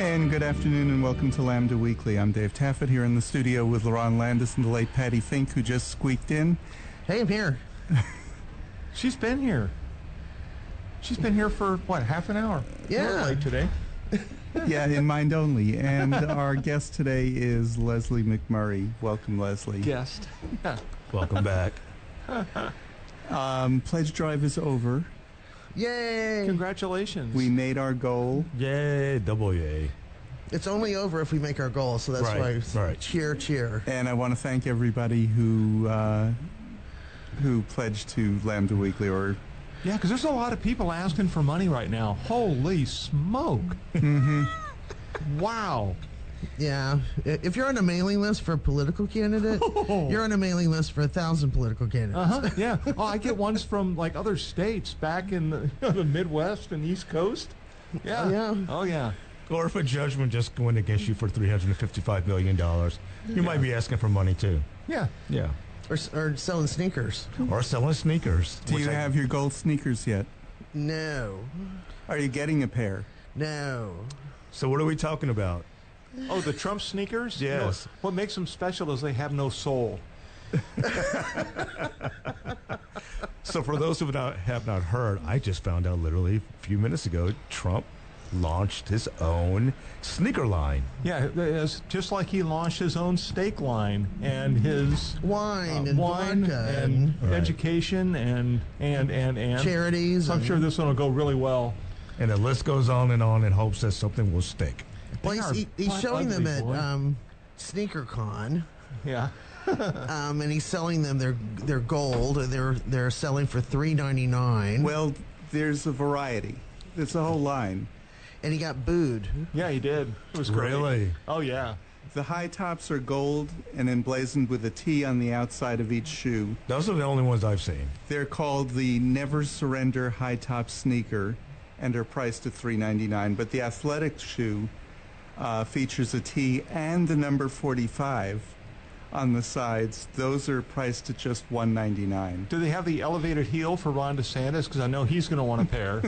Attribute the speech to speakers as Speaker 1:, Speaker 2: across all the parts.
Speaker 1: afternoon and welcome to Lambda Weekly. I'm Dave Taffet here in the studio with Lauren Landis and the late Patty Fink, who just squeaked in.
Speaker 2: Hey, I'm here.
Speaker 3: She's been here. She's been here for what half an hour?
Speaker 2: Yeah.
Speaker 3: We're late today.
Speaker 1: Yeah, in mind only. And our guest today is Leslie McMurray. Welcome, Leslie.
Speaker 3: Guest. Yeah.
Speaker 4: Welcome back.
Speaker 1: Um, pledge drive is over.
Speaker 2: Yay!
Speaker 3: Congratulations.
Speaker 1: We made our goal.
Speaker 4: Yay, double yay.
Speaker 2: It's only over if we make our goal, so that's
Speaker 4: Right,
Speaker 2: why it's
Speaker 4: right.
Speaker 2: cheer, cheer.
Speaker 1: And I want to thank everybody who uh, who pledged to Lambda Weekly or
Speaker 3: yeah, because there's a lot of people asking for money right now. Holy smoke! wow.
Speaker 2: Yeah. I- If you're on a mailing list for a political candidate,
Speaker 3: Oh.
Speaker 2: you're on a mailing list for a thousand political candidates.
Speaker 3: Uh huh. Yeah. Oh, I get ones from like other states back in the, the Midwest and East Coast. Yeah.
Speaker 2: Oh, yeah.
Speaker 3: Oh yeah.
Speaker 4: Or if a judgment just went against you for $355 million, you might be asking for money too.
Speaker 3: Yeah.
Speaker 4: Yeah.
Speaker 3: Ah.
Speaker 2: Or, s- or selling sneakers.
Speaker 4: Or selling sneakers.
Speaker 1: Do
Speaker 4: which
Speaker 1: you
Speaker 4: I-
Speaker 1: have your gold sneakers yet?
Speaker 2: No.
Speaker 1: Are you getting a pair?
Speaker 2: No.
Speaker 4: So what are we talking about?
Speaker 3: Oh, the Trump sneakers. You know,
Speaker 4: Yes.
Speaker 3: what makes them special is they have no soul.
Speaker 4: So for those who have not, have not heard, I just found out literally a few minutes ago, Trump launched his own sneaker line.
Speaker 3: Yeah, it's just like he launched his own steak line and his
Speaker 2: Wine
Speaker 3: uh,
Speaker 2: and
Speaker 3: wine
Speaker 2: vodka
Speaker 3: and
Speaker 4: Right.
Speaker 3: education and and and and
Speaker 2: charities.
Speaker 3: So I'm
Speaker 2: and
Speaker 3: sure this one will go really well.
Speaker 4: And the list goes on and on in hopes that something will stick.
Speaker 2: well,
Speaker 3: They
Speaker 2: he's,
Speaker 3: are
Speaker 2: he- he's
Speaker 3: butt
Speaker 2: showing them
Speaker 3: ugly,
Speaker 2: at
Speaker 3: boy.
Speaker 2: um, SneakerCon,
Speaker 3: Yeah,
Speaker 2: um, and he's selling them their their gold. and They're they're selling for three ninety nine.
Speaker 1: Well, there's a variety. There's a whole line.
Speaker 2: and he got booed.
Speaker 3: yeah, he did. It was great.
Speaker 4: Really?
Speaker 3: Oh yeah.
Speaker 1: The high tops are gold and emblazoned with a T on the outside of each shoe.
Speaker 4: Those are the only ones I've seen.
Speaker 1: They're called the Never Surrender High Top Sneaker and are priced at $3.99. But the athletic shoe uh, features a T and the number 45 on the sides. Those are priced at just $1.99.
Speaker 3: Do they have the elevated heel for Ron DeSantis? Because I know he's going to want a pair.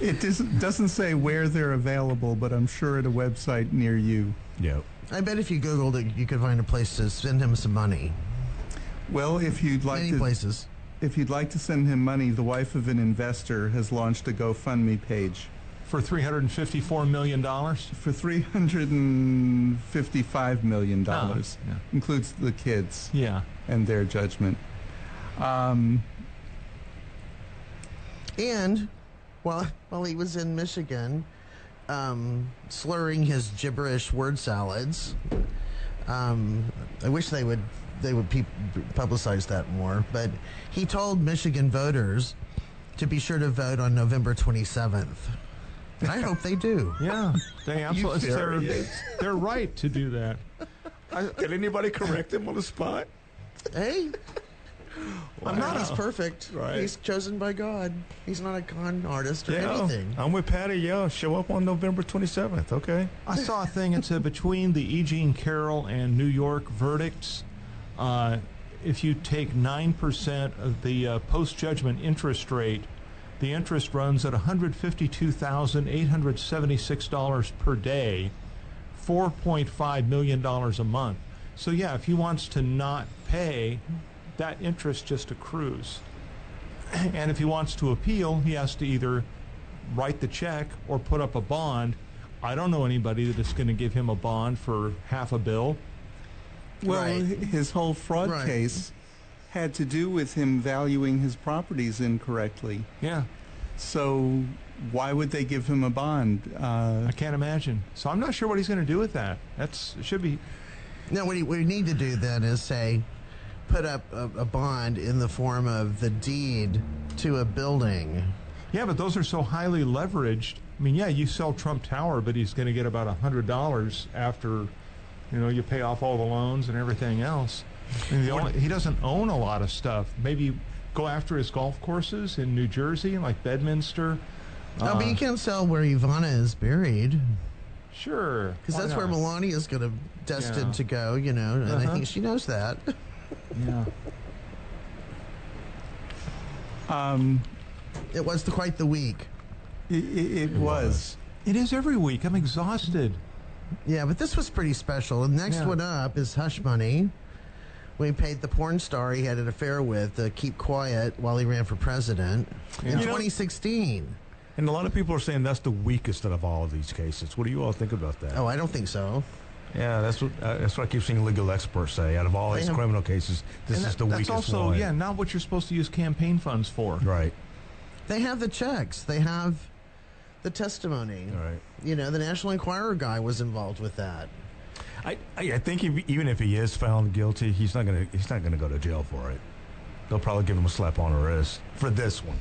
Speaker 1: It does, doesn't say where they're available, but I'm sure at a website near you.
Speaker 4: Yep.
Speaker 2: I bet if you Googled it, you could find a place to send him some money.
Speaker 1: Well, if you'd like
Speaker 2: Many
Speaker 1: to
Speaker 2: places.
Speaker 1: If you'd like to send him money, the wife of an investor has launched a GoFundMe page
Speaker 3: for three hundred and fifty-four million dollars.
Speaker 1: for $355 million,
Speaker 2: Ah.
Speaker 1: includes the kids
Speaker 3: Yeah.
Speaker 1: and their judgment. Um,
Speaker 2: And while while he was in Michigan, um, slurring his gibberish word salads, um, I wish they would they would pe- publicize that more. But he told Michigan voters to be sure to vote on November twenty seventh. And I hope they do.
Speaker 3: Yeah. They absolutely. They're,
Speaker 4: serious?
Speaker 3: they're right to do that.
Speaker 4: Did anybody correct him on the spot?
Speaker 2: Hey,
Speaker 4: Wow.
Speaker 2: he's perfect.
Speaker 4: Right.
Speaker 2: He's chosen by God. He's not a con artist or
Speaker 4: Yeah,
Speaker 2: anything.
Speaker 4: I'm with Patty. Yeah, show up on November 27th. Okay.
Speaker 3: I saw a thing. It said between the E. Jean Carroll and New York verdicts, uh, if you take nine percent of the uh, post-judgment interest rate, the interest runs at one hundred fifty-two thousand eight hundred seventy-six dollars per day, four point five million dollars a month. So yeah, if he wants to not pay, that interest just accrues. And if he wants to appeal, he has to either write the check or put up a bond. I don't know anybody that is going to give him a bond for half a bill.
Speaker 1: well,
Speaker 2: Right.
Speaker 1: h- his whole fraud
Speaker 2: Right.
Speaker 1: case had to do with him valuing his properties incorrectly.
Speaker 3: Yeah,
Speaker 1: So why would they give him a bond? Uh,
Speaker 3: I can't imagine. So I'm not sure what he's going to do with that. That's it should be
Speaker 2: No, what you- what we need to do then is say, put up a, a bond in the form of the deed to a building.
Speaker 3: Yeah, but those are so highly leveraged. I mean, yeah, you sell Trump Tower, but he's going to get about hundred dollars after, you know, you pay off all the loans and everything else. I mean, the only, he doesn't own a lot of stuff. Maybe go after his golf courses in New Jersey, like Bedminster. Uh,
Speaker 2: oh,
Speaker 3: Uh-huh.
Speaker 2: but you can sell where Ivana is buried,
Speaker 3: Sure,
Speaker 2: because
Speaker 3: why
Speaker 2: that's where
Speaker 3: not?
Speaker 2: Melania is going to destined
Speaker 3: Yeah.
Speaker 2: to go. You know, and I
Speaker 3: Uh-huh.
Speaker 2: think she knows that.
Speaker 3: Yeah.
Speaker 1: um,
Speaker 2: It was the, quite the week.
Speaker 1: I- i- it was.
Speaker 3: It is every week. I'm exhausted.
Speaker 2: Yeah, but this was pretty special. The next
Speaker 3: Yeah.
Speaker 2: one up is Hush Money. We paid the porn star he had an affair with to keep quiet while he ran for president in
Speaker 3: Yeah.
Speaker 4: You know-
Speaker 2: 2016.
Speaker 4: And a lot of people are saying that's the weakest out of all of these cases. What do you all think about that?
Speaker 2: Oh, I don't think so.
Speaker 4: Yeah, that's what uh, that's what I keep seeing legal experts say. Out of all
Speaker 2: I
Speaker 4: these
Speaker 2: know.
Speaker 4: criminal cases, this
Speaker 3: And
Speaker 4: is
Speaker 3: that-
Speaker 4: the
Speaker 3: that's
Speaker 4: weakest
Speaker 3: also,
Speaker 4: one.
Speaker 3: yeah, not what you're supposed to use campaign funds for.
Speaker 4: Right.
Speaker 2: They have the checks. They have the testimony.
Speaker 4: Right.
Speaker 2: You know, the National Enquirer guy was involved with that.
Speaker 4: I, I I think if, even if he is found guilty, he's not gonna he's not gonna go to jail for it. They'll probably give him a slap on the wrist for this one.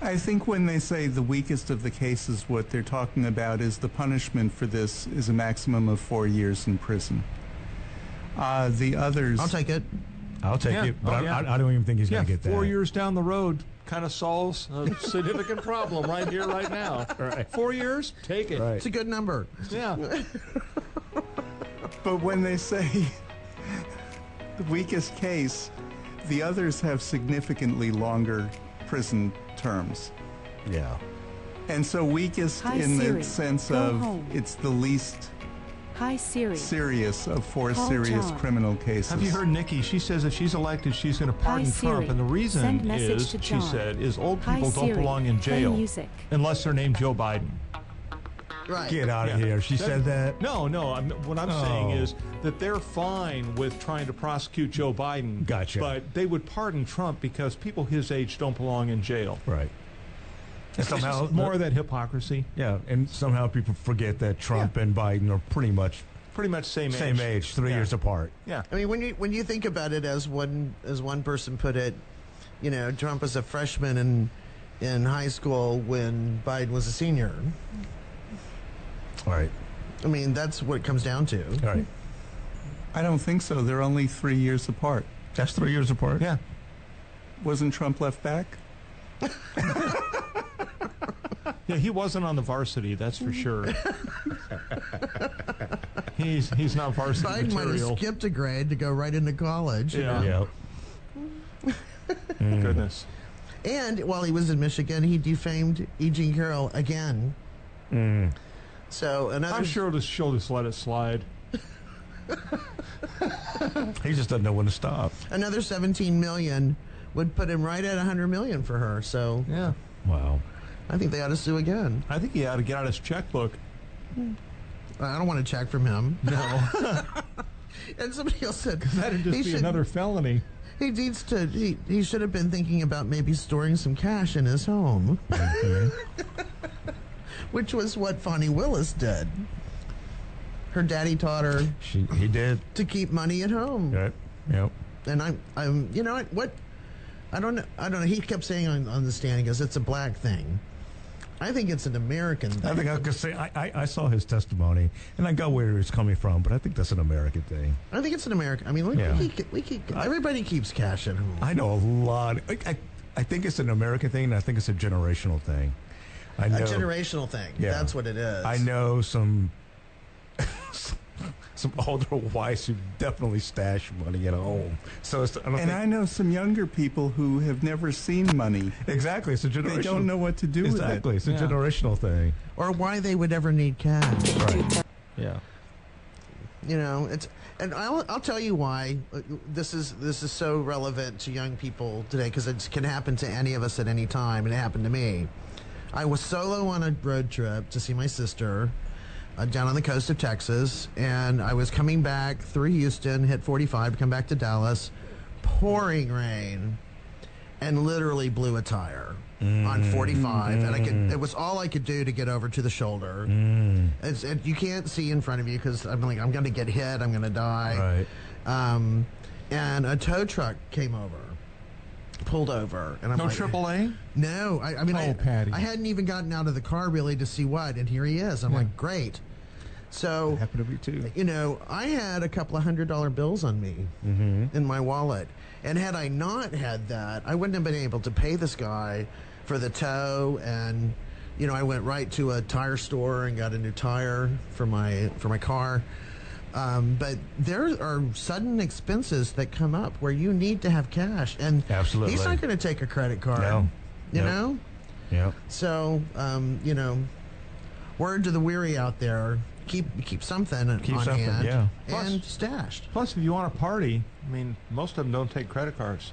Speaker 1: I think when they say the weakest of the cases, what they're talking about is the punishment for this is a maximum of four years in prison. Uh, the others,
Speaker 2: I'll take it.
Speaker 4: I'll take
Speaker 3: Yeah.
Speaker 4: it, but
Speaker 3: Oh,
Speaker 4: I,
Speaker 3: yeah.
Speaker 4: I, I don't even think he's
Speaker 3: Yeah,
Speaker 4: gonna get that.
Speaker 3: four years down the road kind of solves a significant problem right here, right now.
Speaker 4: Right.
Speaker 3: Four years, take it.
Speaker 4: Right.
Speaker 2: It's a good number.
Speaker 3: Yeah,
Speaker 1: but when they say the weakest case, the others have significantly longer prison terms.
Speaker 4: Yeah.
Speaker 1: And so weakest
Speaker 5: Hi,
Speaker 1: in
Speaker 5: Siri.
Speaker 1: the sense
Speaker 5: Go
Speaker 1: of
Speaker 5: home.
Speaker 1: it's the least
Speaker 5: Hi Siri.
Speaker 1: serious of four
Speaker 5: Call
Speaker 1: serious
Speaker 5: John.
Speaker 1: criminal cases.
Speaker 3: have you heard Nikki? She says if she's elected, she's going to pardon
Speaker 5: Hi, Siri.
Speaker 3: Trump, and the
Speaker 5: Send
Speaker 3: reason
Speaker 5: message
Speaker 3: is,
Speaker 5: to
Speaker 3: she
Speaker 5: John.
Speaker 3: said, is old
Speaker 5: Hi,
Speaker 3: people don't
Speaker 5: Siri.
Speaker 3: belong in
Speaker 5: Play
Speaker 3: jail
Speaker 5: music.
Speaker 3: unless they're named Joe Biden.
Speaker 2: Right.
Speaker 4: Get out of
Speaker 3: Yeah.
Speaker 4: here. She said that.
Speaker 3: No, no. I'm, what I'm saying
Speaker 4: Oh.
Speaker 3: is that they're fine with trying to prosecute Joe Biden.
Speaker 4: Gotcha.
Speaker 3: But they would pardon Trump because people his age don't belong in jail.
Speaker 4: Right. And
Speaker 3: It's
Speaker 4: somehow
Speaker 3: just more of that hypocrisy.
Speaker 4: Yeah, and somehow people forget that Trump and Biden are pretty much
Speaker 3: Pretty much same age.
Speaker 4: same age, three
Speaker 3: Yeah.
Speaker 4: years apart.
Speaker 3: Yeah.
Speaker 2: I mean, when you when you think about it, as one as one person put it, you know, Trump was a freshman in in high school when Biden was a senior.
Speaker 4: All right.
Speaker 2: I mean, that's what it comes down to.
Speaker 4: All right.
Speaker 1: I don't think so. They're only three years apart.
Speaker 4: That's three years apart.
Speaker 3: Yeah.
Speaker 1: Wasn't Trump left back?
Speaker 3: Yeah, he wasn't on the varsity, that's for sure. he's he's not varsity
Speaker 2: Biden might have
Speaker 3: material.
Speaker 2: skipped a grade to go right into college. you
Speaker 3: Yeah.
Speaker 2: know?
Speaker 4: Yeah. Mm.
Speaker 3: Goodness.
Speaker 2: And while he was in Michigan, he defamed E. Jean Carroll again.
Speaker 4: Mm.
Speaker 2: So another.
Speaker 3: I'm sure this- she'll just let it slide.
Speaker 4: He just doesn't know when to stop.
Speaker 2: another 17 million would put him right at 100 million for her. So
Speaker 3: Yeah.
Speaker 4: Wow.
Speaker 2: I think they ought to sue again.
Speaker 3: I think he ought to get out his checkbook.
Speaker 2: I don't want to check from him.
Speaker 3: No.
Speaker 2: And somebody else said
Speaker 3: That'd just
Speaker 2: he
Speaker 3: be
Speaker 2: should-
Speaker 3: another felony.
Speaker 2: He needs to. He, he should have been thinking about maybe storing some cash in his home, which was what Fonnie Willis did. Her daddy taught her
Speaker 4: She, he did.
Speaker 2: to keep money at home,
Speaker 4: Yep. Yep.
Speaker 2: and I'm I'm you know what what I don't know I don't know. He kept saying on, on the stand, he goes, "It's a black thing." I think it's an American
Speaker 4: I
Speaker 2: thing.
Speaker 4: think I could say I, I, I saw his testimony and I got where he was coming from, but I think that's an American thing.
Speaker 2: I think it's an American. I mean, we,
Speaker 4: Yeah.
Speaker 2: we, keep, we keep everybody keeps cash at home.
Speaker 4: I know a lot. I, I, I think it's an American thing, and I think it's a generational thing. I know.
Speaker 2: a generational thing.
Speaker 4: Yeah.
Speaker 2: That's what it is.
Speaker 4: I know some some older wives who definitely stash money at home. So it's, I don't
Speaker 1: And
Speaker 4: think,
Speaker 1: I know some younger people who have never seen money.
Speaker 4: exactly it's a generational.
Speaker 1: They don't know what to do
Speaker 4: exactly. It's a
Speaker 3: Yeah.
Speaker 4: generational thing.
Speaker 2: Or why they would ever need cash.
Speaker 4: Right. Yeah.
Speaker 2: you know it's and I'll, I'll tell you why uh, this is this is so relevant to young people today because it can happen to any of us at any time and it happened to me i was solo on a road trip to see my sister uh, down on the coast of texas and i was coming back through houston hit 45 come back to dallas pouring rain and literally blew a tire on 45 and i could it was all i could do to get over to the shoulder
Speaker 1: Mm,
Speaker 2: it's, it, you can't see in front of you because I'm like, I'm going to get hit. I'm going to die. Right. Um, and a tow truck came over, pulled over, and I'm
Speaker 3: No
Speaker 2: like,
Speaker 3: triple A?
Speaker 2: No, I, I mean, I,
Speaker 3: Oh, Patty.
Speaker 2: I hadn't even gotten out of the car really to see what, and here he is. I'm like, great. So,
Speaker 4: Happened to me too.
Speaker 2: you know, I had a couple of hundred dollar bills on me
Speaker 4: Mm-hmm.
Speaker 2: in my wallet, and had I not had that, I wouldn't have been able to pay this guy for the tow. And you know, I went right to a tire store and got a new tire for my for my car. Um, but there are sudden expenses that come up where you need to have cash, and
Speaker 4: Absolutely.
Speaker 2: he's not going to take a credit card.
Speaker 4: No.
Speaker 2: You
Speaker 4: Yep.
Speaker 2: know?
Speaker 4: Yeah.
Speaker 2: So, um, you know, word to the weary out there: keep keep something
Speaker 3: Keep
Speaker 2: on
Speaker 3: something,
Speaker 2: hand,
Speaker 3: yeah.
Speaker 2: and stashed.
Speaker 3: Plus, if you want to party, I mean, most of them don't take credit cards.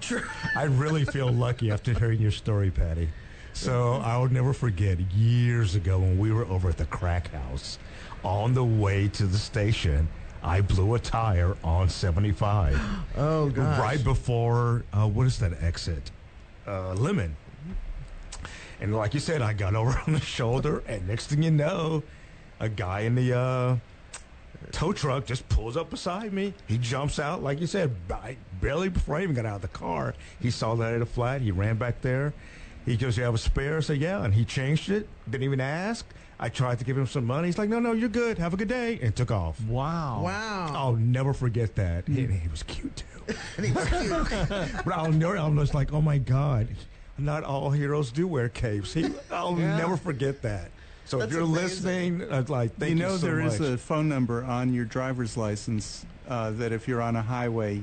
Speaker 2: True.
Speaker 4: I really feel lucky after hearing your story, Patty. So I'll never forget years ago when we were over at the crack house on the way to the station. I blew a tire on 75
Speaker 2: Oh gosh.
Speaker 4: right before uh, what is that exit? Uh, Lemon. And like you said, I got over on the shoulder, and next thing you know, a guy in the uh, tow truck just pulls up beside me. He jumps out, like you said, I barely before I even got out of the car. He saw that at a flat. He ran back there. He goes, "You have a spare?" I said, "Yeah," and he changed it. Didn't even ask. I tried to give him some money. He's like, "No, no, you're good. Have a good day," and took off.
Speaker 3: Wow.
Speaker 2: Wow.
Speaker 4: Uh-huh. I'll never forget that. And he was cute too.
Speaker 2: And he was cute.
Speaker 4: But I'll never. I'm just like, oh my god, not all heroes do wear capes. He, I'll
Speaker 2: Yeah.
Speaker 4: never forget that. So
Speaker 2: That's
Speaker 4: if you're
Speaker 2: amazing.
Speaker 4: listening, I'd like thank
Speaker 1: you
Speaker 4: you,
Speaker 1: know
Speaker 4: so
Speaker 1: there
Speaker 4: much.
Speaker 1: is a phone number on your driver's license uh, that if you're on a highway,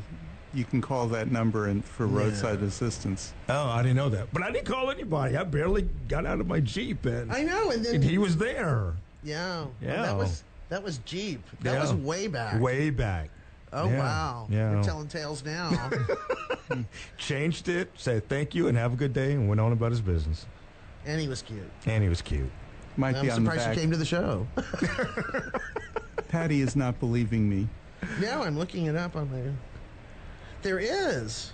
Speaker 1: you can call that number and for
Speaker 2: Yeah.
Speaker 1: roadside assistance.
Speaker 4: oh, I didn't know that, but I didn't call anybody. I barely got out of my jeep, and,
Speaker 2: I know. And then
Speaker 4: and Oh. he was there
Speaker 2: yeah,
Speaker 4: Yeah.
Speaker 2: that was that was Jeep. That
Speaker 4: Yeah.
Speaker 2: was way back.
Speaker 4: way back.
Speaker 2: oh
Speaker 4: Yeah.
Speaker 2: wow.
Speaker 4: Yeah.
Speaker 2: You're telling tales now.
Speaker 4: Changed it, said thank you, and have a good day, and went on about his business.
Speaker 2: and he was cute.
Speaker 4: And he was cute.
Speaker 1: Might
Speaker 2: I'm
Speaker 1: be on the
Speaker 2: surprised you
Speaker 1: back.
Speaker 2: came to the show.
Speaker 1: Patty is not believing me.
Speaker 2: now I'm looking it up on there. There is.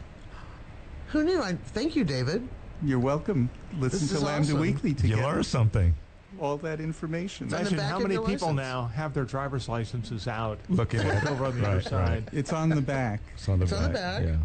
Speaker 2: Who knew? I thank you, David.
Speaker 1: You're welcome. Listen
Speaker 2: This
Speaker 1: to
Speaker 2: is
Speaker 1: Lambda
Speaker 2: awesome.
Speaker 1: Weekly to
Speaker 4: You
Speaker 1: get
Speaker 4: learned something.
Speaker 1: all that information.
Speaker 2: on the
Speaker 3: Imagine
Speaker 2: back
Speaker 3: how
Speaker 2: of
Speaker 3: many
Speaker 2: your
Speaker 3: people
Speaker 2: license.
Speaker 3: now have their driver's licenses out
Speaker 4: Look at it
Speaker 3: over on the other
Speaker 4: Right,
Speaker 3: side.
Speaker 4: right.
Speaker 1: It's on the back.
Speaker 4: It's on the
Speaker 2: It's
Speaker 4: back.
Speaker 2: on the back.
Speaker 4: Yeah.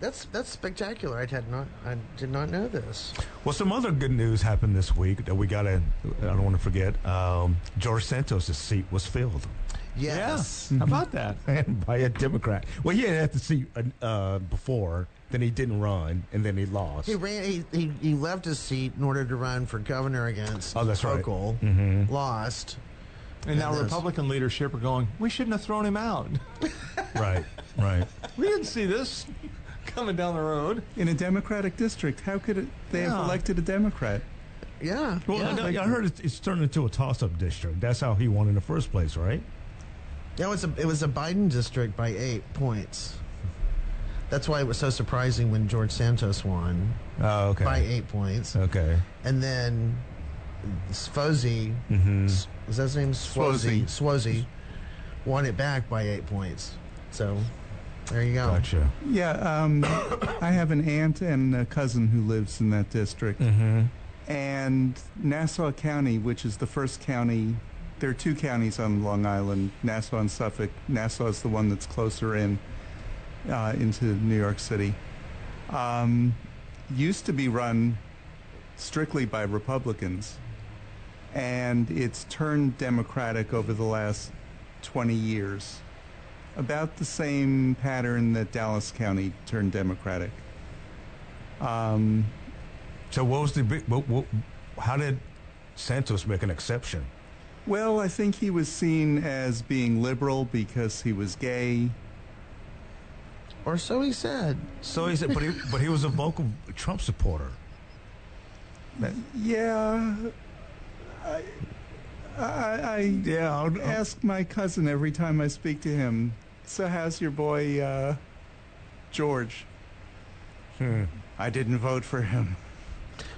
Speaker 2: That's that's spectacular. I had not I did not know this.
Speaker 4: Well, some other good news happened this week that we got to, I don't want to forget. Um, George Santos' seat was filled
Speaker 2: Yes.
Speaker 3: Yeah. How about that?
Speaker 4: and by a Democrat. Well, he had had the seat uh, uh, before, then he didn't run, and then he lost.
Speaker 2: He ran. He, he, he left his seat in order to run for governor against
Speaker 4: Oh, that's right.
Speaker 2: Hochul.
Speaker 4: Mm-hmm.
Speaker 2: Lost.
Speaker 3: And now
Speaker 2: Goodness.
Speaker 3: Republican leadership are going, we shouldn't have thrown him out.
Speaker 4: right, right.
Speaker 3: We didn't see this coming down the road.
Speaker 1: In a Democratic district, how could it, they
Speaker 3: Yeah.
Speaker 1: have elected a Democrat?
Speaker 2: Yeah.
Speaker 4: Well,
Speaker 2: yeah.
Speaker 4: I, I heard it's, it's turned into a toss up district. That's how he won in the first place, right?
Speaker 2: That was a it was a Biden district by eight points. That's why it was so surprising when George Santos won
Speaker 4: Oh, okay.
Speaker 2: by eight points,
Speaker 4: Okay.
Speaker 2: and then Sfozi,
Speaker 4: Mm-hmm.
Speaker 2: s- was that his name? Sfozi.
Speaker 1: Swozy.
Speaker 2: Sfozi won it back by eight points. So there you go.
Speaker 4: Gotcha.
Speaker 1: Yeah, um, I have an aunt and a cousin who lives in that district.
Speaker 4: Mm-hmm.
Speaker 1: And Nassau County, which is the first county, there are two counties on Long Island, Nassau and Suffolk. Nassau is the one that's closer in uh, into New York City. Um, used to be run strictly by Republicans, and it's turned Democratic over the last 20 years. About the same pattern that Dallas County turned Democratic. Um,
Speaker 4: So, what was the big, what, what, how did Santos make an exception?
Speaker 1: Well, I think he was seen as being liberal because he was gay.
Speaker 2: Or so he said.
Speaker 4: So he said, but he, but he was a vocal Trump supporter.
Speaker 1: Yeah. I, I,
Speaker 4: Yeah, I'll,
Speaker 1: I ask my cousin every time I speak to him, so how's your boy, uh, George? Hmm. I didn't vote for him.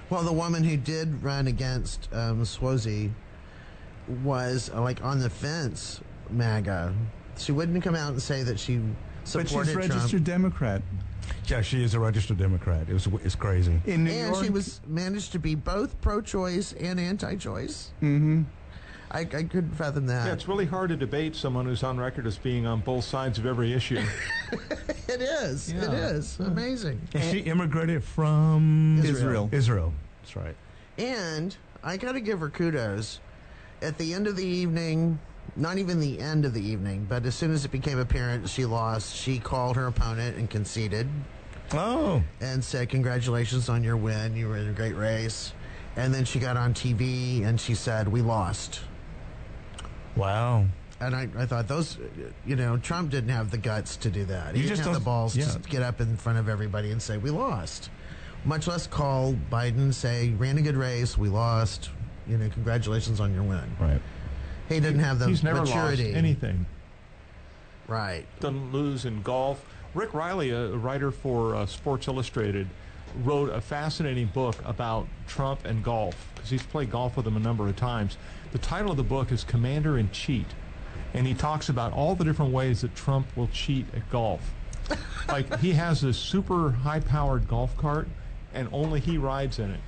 Speaker 2: Well, the woman who did run against um, Swozy was uh, like on the fence, MAGA. She wouldn't come out and say that she
Speaker 1: But
Speaker 2: supported
Speaker 1: she's
Speaker 2: Trump.
Speaker 1: registered Democrat
Speaker 4: Yeah, she is a registered Democrat. It was it's crazy.
Speaker 1: in New
Speaker 2: and
Speaker 1: York.
Speaker 2: she was managed to be both pro-choice and anti-choice.
Speaker 1: hmm
Speaker 2: I, I couldn't fathom
Speaker 3: Yeah,
Speaker 2: that.
Speaker 3: it's really hard to debate someone who's on record as being on both sides of every issue.
Speaker 2: It is. It
Speaker 3: Yeah.
Speaker 2: is amazing.
Speaker 4: And she immigrated from
Speaker 2: Israel.
Speaker 1: Israel.
Speaker 4: Israel. That's right.
Speaker 2: And I got to give her kudos. At the end of the evening, not even the end of the evening, but as soon as it became apparent she lost, she called her opponent and conceded
Speaker 4: Oh,
Speaker 2: and said, "Congratulations on your win. You were in a great race." And then she got on TV and she said, "We lost."
Speaker 4: wow.
Speaker 2: And I, I thought those, you know, Trump didn't have the guts to do that. He
Speaker 4: You
Speaker 2: didn't
Speaker 4: just
Speaker 2: have the
Speaker 4: don't-
Speaker 2: balls
Speaker 4: yeah.
Speaker 2: to get up in front of everybody and say, "We lost." much less call Biden, say, ran a good race, we lost, you know, congratulations on your win.
Speaker 5: Right.
Speaker 2: He didn't have the
Speaker 3: He's never
Speaker 2: maturity.
Speaker 3: lost anything.
Speaker 2: Right.
Speaker 3: Doesn't lose in golf. Rick Riley, a a writer for uh, Sports Illustrated, wrote a fascinating book about Trump and golf because he's played golf with him a number of times. The title of the book is Commander and Cheat, and he talks about all the different ways that Trump will cheat at golf. like he has this super high-powered golf cart, and only he rides in it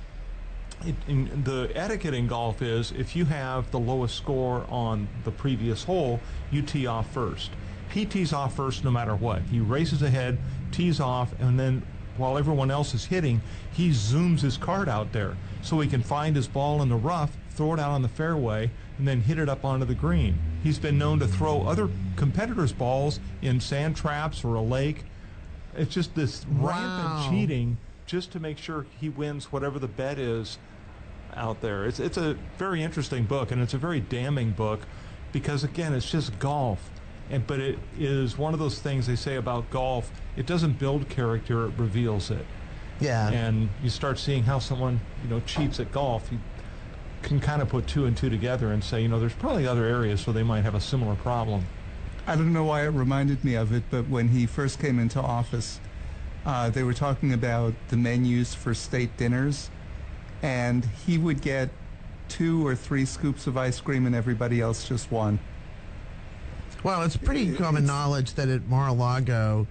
Speaker 3: it, in, the etiquette in golf is if you have the lowest score on the previous hole, you tee off first. He tees off first no matter what. He races ahead, tees off, and then while everyone else is hitting, he zooms his cart out there so he can find his ball in the rough, throw it out on the fairway, and then hit it up onto the green. He's been known to throw other competitors' balls in sand traps or a lake. It's just this
Speaker 2: Wow.
Speaker 3: rampant cheating just to make sure he wins whatever the bet is out there. It's it's a very interesting book and it's a very damning book because again it's just golf. And but it is one of those things they say about golf, it doesn't build character, it reveals it.
Speaker 2: Yeah.
Speaker 3: And you start seeing how someone, you know, cheats at golf, you can kind of put two and two together and say, you know, there's probably other areas where they might have a similar problem.
Speaker 1: I don't know why it reminded me of it, but when he first came into office, uh, they were talking about the menus for state dinners, and he would get two or three scoops of ice cream, and everybody else just one.
Speaker 2: Well, it's pretty common knowledge that at Mar-a-Lago,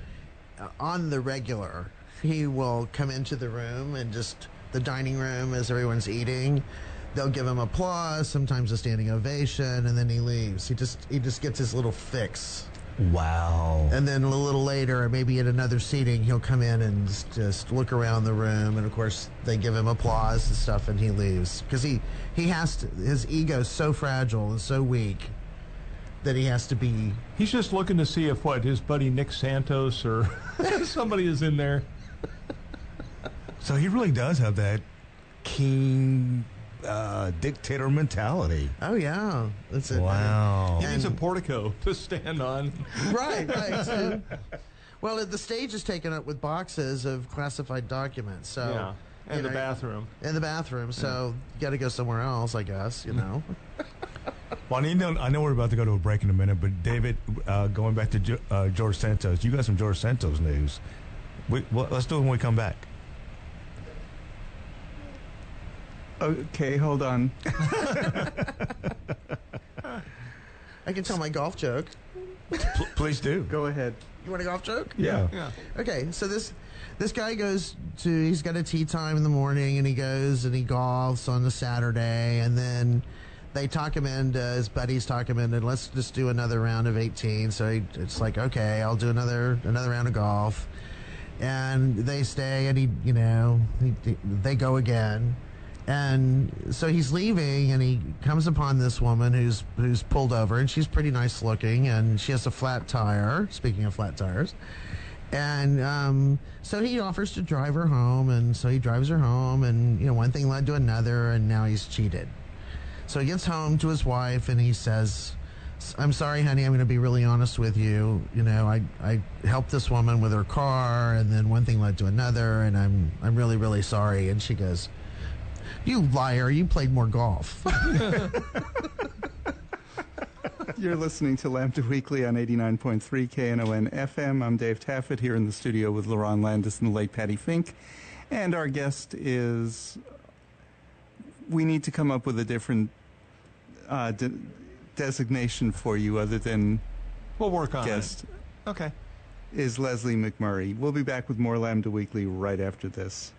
Speaker 2: uh, on the regular, he will come into the room and just the dining room as everyone's eating. They'll give him applause, sometimes a standing ovation, and then he leaves. He just he just gets his little fix,
Speaker 5: Wow.
Speaker 2: and then a little later, or maybe at another seating, he'll come in and s- just look around the room, and of course they give him applause and stuff, and he leaves because he he has to his ego's so fragile and so weak that he has to be
Speaker 3: He's just looking to see if what his buddy Nick Santos or somebody is in there.
Speaker 4: So he really does have that king uh, dictator mentality.
Speaker 2: Oh yeah, that's it.
Speaker 4: Wow.
Speaker 2: Yeah.
Speaker 3: He's a
Speaker 2: And-
Speaker 3: portico to stand on.
Speaker 2: right, right. So- well, the stage is taken up with boxes of classified documents. So
Speaker 3: yeah. And
Speaker 2: you
Speaker 3: the
Speaker 2: know,
Speaker 3: bathroom.
Speaker 2: in the bathroom. So you got to go somewhere else, I guess. You know.
Speaker 4: Well, I know, I know we're about to go to a break in a minute, but David, uh, going back to jo- uh, George Santos, you got some George Santos news. We, well, let's do it when we come back.
Speaker 1: Okay, hold on.
Speaker 2: I can tell my golf joke.
Speaker 4: P- please do.
Speaker 1: Go ahead.
Speaker 2: You want a golf joke?
Speaker 4: Yeah.
Speaker 3: Yeah.
Speaker 2: Okay, so this this guy goes to he's got a tea time in the morning, and he goes and he golfs on the Saturday, and then they talk him into his buddies talk him into let's just do another round of eighteen. So he, it's like okay, I'll do another another round of golf, and they stay, and he you know he, they go again. And so he's leaving, and he comes upon this woman who's who's pulled over, and she's pretty nice looking, and she has a flat tire. Speaking of flat tires, and um, so he offers to drive her home, and so he drives her home, and you know one thing led to another, and now he's cheated. So he gets home to his wife, and he says, "S- "I'm sorry, honey. I'm going to be really honest with you. You know, I I helped this woman with her car, and then one thing led to another, and I'm I'm really really sorry." And she goes, "You liar! You played more golf."
Speaker 1: You're listening to Lambda Weekly on 89.3 KNON FM. I'm Dave Taffet here in the studio with Lauren Landis and the late Patty Fink. And our guest is. We need to come up with a different uh, de- designation for you other than
Speaker 3: We'll work on
Speaker 1: guest,
Speaker 3: it. Okay.
Speaker 1: is Leslie McMurray. We'll be back with more Lambda Weekly right after this.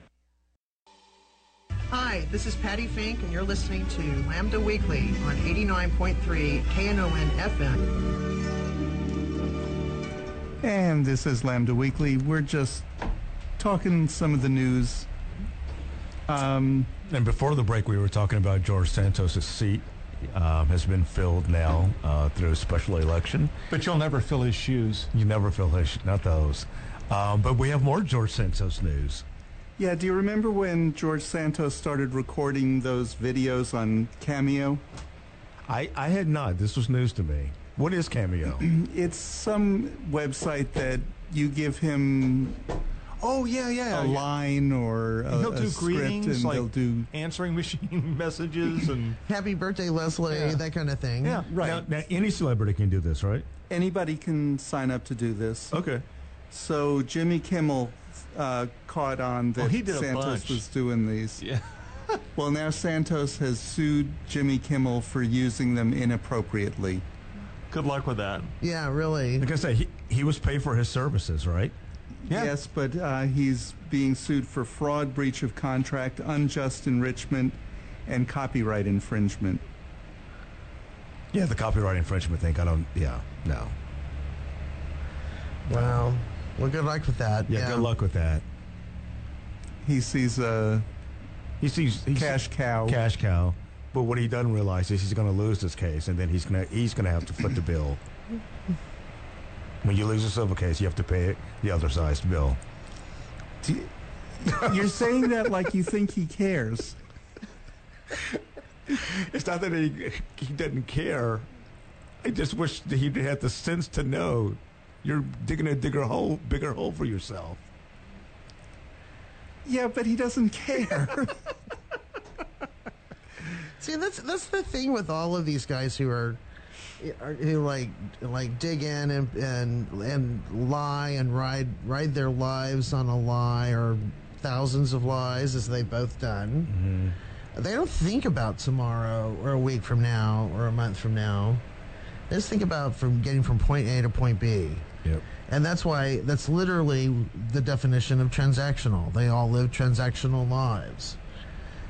Speaker 6: Hi, this is Patty Fink, and you're listening to Lambda Weekly on 89.3 KNON FM.
Speaker 1: And this is Lambda Weekly. We're just talking some of the news. Um,
Speaker 4: And before the break, we were talking about George Santos's seat um, has been filled now uh, through a special election.
Speaker 3: But you'll never fill his shoes.
Speaker 4: You never fill his, not those. Um, but we have more George Santos news.
Speaker 1: yeah, do you remember when George Santos started recording those videos on Cameo?
Speaker 4: I, I had not. This was news to me. What is Cameo?
Speaker 1: It's some website that you give him
Speaker 4: Oh yeah, yeah.
Speaker 1: a
Speaker 4: yeah.
Speaker 1: line or a,
Speaker 3: He'll
Speaker 1: a
Speaker 3: do
Speaker 1: script,
Speaker 3: greetings,
Speaker 1: and
Speaker 3: like-
Speaker 1: they'll do
Speaker 3: Answering machine messages and
Speaker 2: Happy birthday, Leslie,
Speaker 3: Yeah.
Speaker 2: that kind of thing.
Speaker 3: yeah,
Speaker 1: right.
Speaker 4: Now, now any celebrity can do this, right?
Speaker 1: anybody can sign up to do this.
Speaker 4: Okay.
Speaker 1: So Jimmy Kimmel uh, caught on that
Speaker 3: Oh, he did a
Speaker 1: Santos
Speaker 3: bunch.
Speaker 1: was doing these.
Speaker 3: yeah.
Speaker 1: Well, now Santos has sued Jimmy Kimmel for using them inappropriately.
Speaker 3: Good luck with that.
Speaker 2: Yeah, really.
Speaker 4: Like I said, he, he was paid for his services, right?
Speaker 3: Yeah.
Speaker 1: Yes, but uh, he's being sued for fraud, breach of contract, unjust enrichment, and copyright infringement.
Speaker 4: Yeah, the copyright infringement thing. I don't. Yeah, no.
Speaker 2: Wow. Well, good luck with that.
Speaker 4: Yeah, good luck with that.
Speaker 1: He sees a
Speaker 4: He sees he
Speaker 1: cash cow.
Speaker 4: sees cash cow, but what he doesn't realize is he's going to lose this case, and then he's going to he's going to have to foot the bill. When you lose a civil case, you have to pay the other side's bill.
Speaker 1: Do- You're saying that like you think he cares.
Speaker 4: It's not that he he doesn't care. I just wish that he had the sense to know you're digging a bigger hole, bigger hole for yourself.
Speaker 1: Yeah, but he doesn't care.
Speaker 2: See, that's that's the thing with all of these guys who are, are who like like dig in and and and lie and ride ride their lives on a lie or thousands of lies as they've both done. They don't think about tomorrow or a week from now or a month from now. They just think about from getting from point A to point B.
Speaker 4: Yep.
Speaker 2: And that's why that's literally the definition of transactional. They all live transactional lives.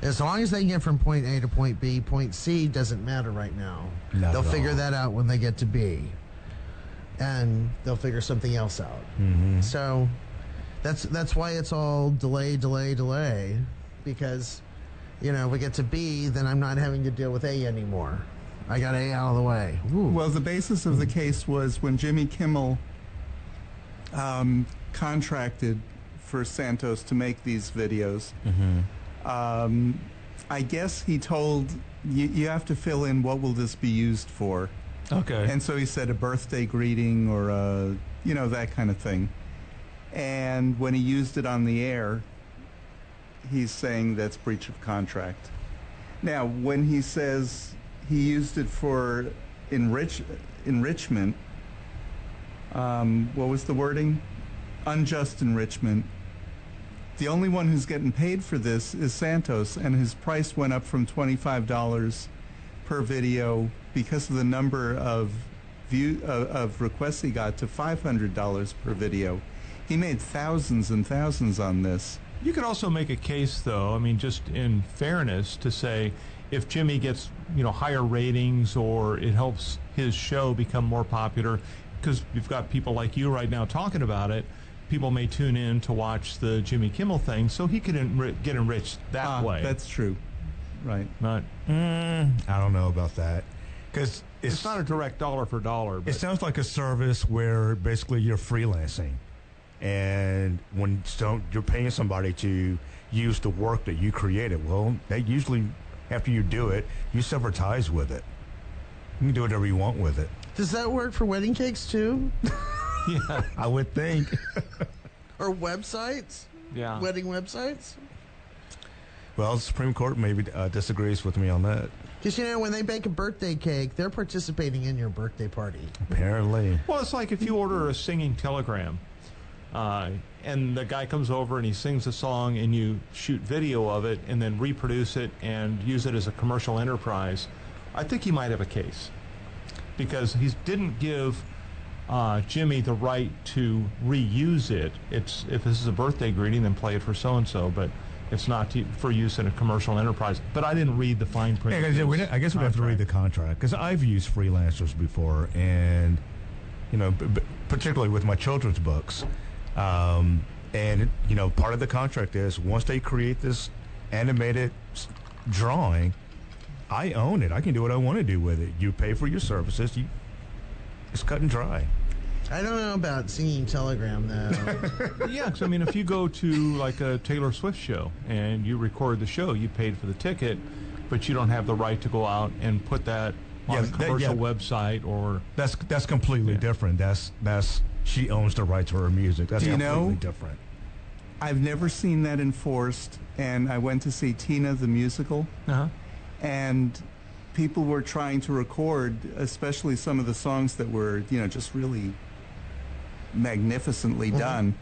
Speaker 2: As long as they get from point A to point B, point C doesn't matter right now.
Speaker 4: Not
Speaker 2: they'll
Speaker 4: at
Speaker 2: figure
Speaker 4: all.
Speaker 2: that out when they get to B. And they'll figure something else out.
Speaker 4: Mm-hmm.
Speaker 2: So that's that's why it's all delay, delay, delay. Because, you know, we get to B, then I'm not having to deal with A anymore. I got A out of the way. Ooh.
Speaker 1: Well, the basis of the case was when Jimmy Kimmel um, contracted for Santos to make these videos. Um, I guess he told you, you have to fill in what will this be used for,
Speaker 3: Okay.
Speaker 1: and so he said a birthday greeting or a you know that kind of thing. And when he used it on the air, he's saying that's breach of contract. Now, when he says he used it for enrich, enrichment, um, what was the wording? Unjust enrichment. The only one who's getting paid for this is Santos, and his price went up from $25 per video because of the number of view uh, of requests he got to $500 per video. He made thousands and thousands on this.
Speaker 3: You could also make a case, though. I mean, just in fairness, to say if Jimmy gets you know higher ratings or it helps his show become more popular, because we've got people like you right now talking about it. People may tune in to watch the Jimmy Kimmel thing, so he could enri- get enriched that
Speaker 1: Ah,
Speaker 3: way.
Speaker 1: That's true. Right.
Speaker 3: not.
Speaker 4: I don't know about that because
Speaker 3: It's not a direct dollar for dollar.
Speaker 4: It
Speaker 3: But
Speaker 4: sounds like a service where basically you're freelancing, and when so you're paying somebody to use the work that you created, well, they usually after you do it, you sever ties with it. You can do whatever you want with it.
Speaker 2: Does that work for wedding cakes too?
Speaker 3: yeah,
Speaker 4: I would think.
Speaker 2: or websites?
Speaker 3: yeah.
Speaker 2: Wedding websites?
Speaker 4: well, the Supreme Court maybe uh, disagrees with me on that.
Speaker 2: Because you know, when they bake a birthday cake, they're participating in your birthday party.
Speaker 4: Apparently,
Speaker 3: Well, it's like if you order a singing telegram, uh, and the guy comes over and he sings a song, and you shoot video of it, and then reproduce it and use it as a commercial enterprise. I think he might have a case because he didn't give uh, Jimmy the right to reuse it. It's if this is a birthday greeting, then play it for so and so, but. It's not to, for use in a commercial enterprise, but I didn't read the fine print.
Speaker 4: Yeah,
Speaker 3: of
Speaker 4: 'cause
Speaker 3: his
Speaker 4: we- I guess we have to read the
Speaker 3: contract.
Speaker 4: contract because I've used freelancers before, and you know, b- b- particularly with my children's books. Um, and you know, part of the contract is once they create this animated s- drawing, I own it. I can do what I want to do with it. You pay for your services. You, it's cut and dry.
Speaker 2: I don't know about singing telegram though.
Speaker 3: Yeah, 'cause, I mean, if you go to like a Taylor Swift show and you record the show, you paid for the ticket, but you don't have the right to go out and put that on
Speaker 4: Yeah,
Speaker 3: a
Speaker 4: that-
Speaker 3: commercial
Speaker 4: yeah.
Speaker 3: website or.
Speaker 4: That's that's completely
Speaker 3: Yeah.
Speaker 4: different. That's that's she owns the right to her music. That's
Speaker 1: Do you
Speaker 4: completely
Speaker 1: know?
Speaker 4: different.
Speaker 1: I've never seen that enforced, and I went to see Tina the musical,
Speaker 3: Uh-huh.
Speaker 1: and people were trying to record, especially some of the songs that were, you know, just really magnificently
Speaker 3: Mm-hmm.
Speaker 1: done.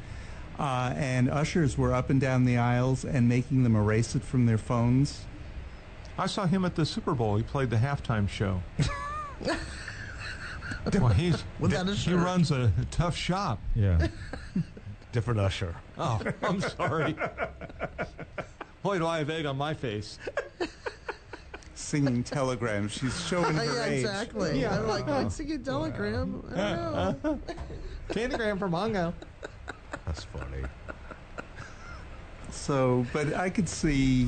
Speaker 1: Uh, and ushers were up and down the aisles and making them erase it from their phones.
Speaker 3: I saw him at the Super Bowl. He played the halftime show. well, he's
Speaker 2: Without a
Speaker 3: he
Speaker 2: shirt.
Speaker 3: runs a tough shop.
Speaker 4: Yeah. Different usher.
Speaker 3: Oh, I'm sorry. Boy, do I have egg on my face.
Speaker 1: Singing telegrams. She's showing her
Speaker 2: yeah,
Speaker 1: age.
Speaker 2: exactly.
Speaker 3: Yeah.
Speaker 2: I'm like, let's see a telegram. I don't know.
Speaker 3: Candygram from Hongo.
Speaker 4: That's funny.
Speaker 1: So, but I could see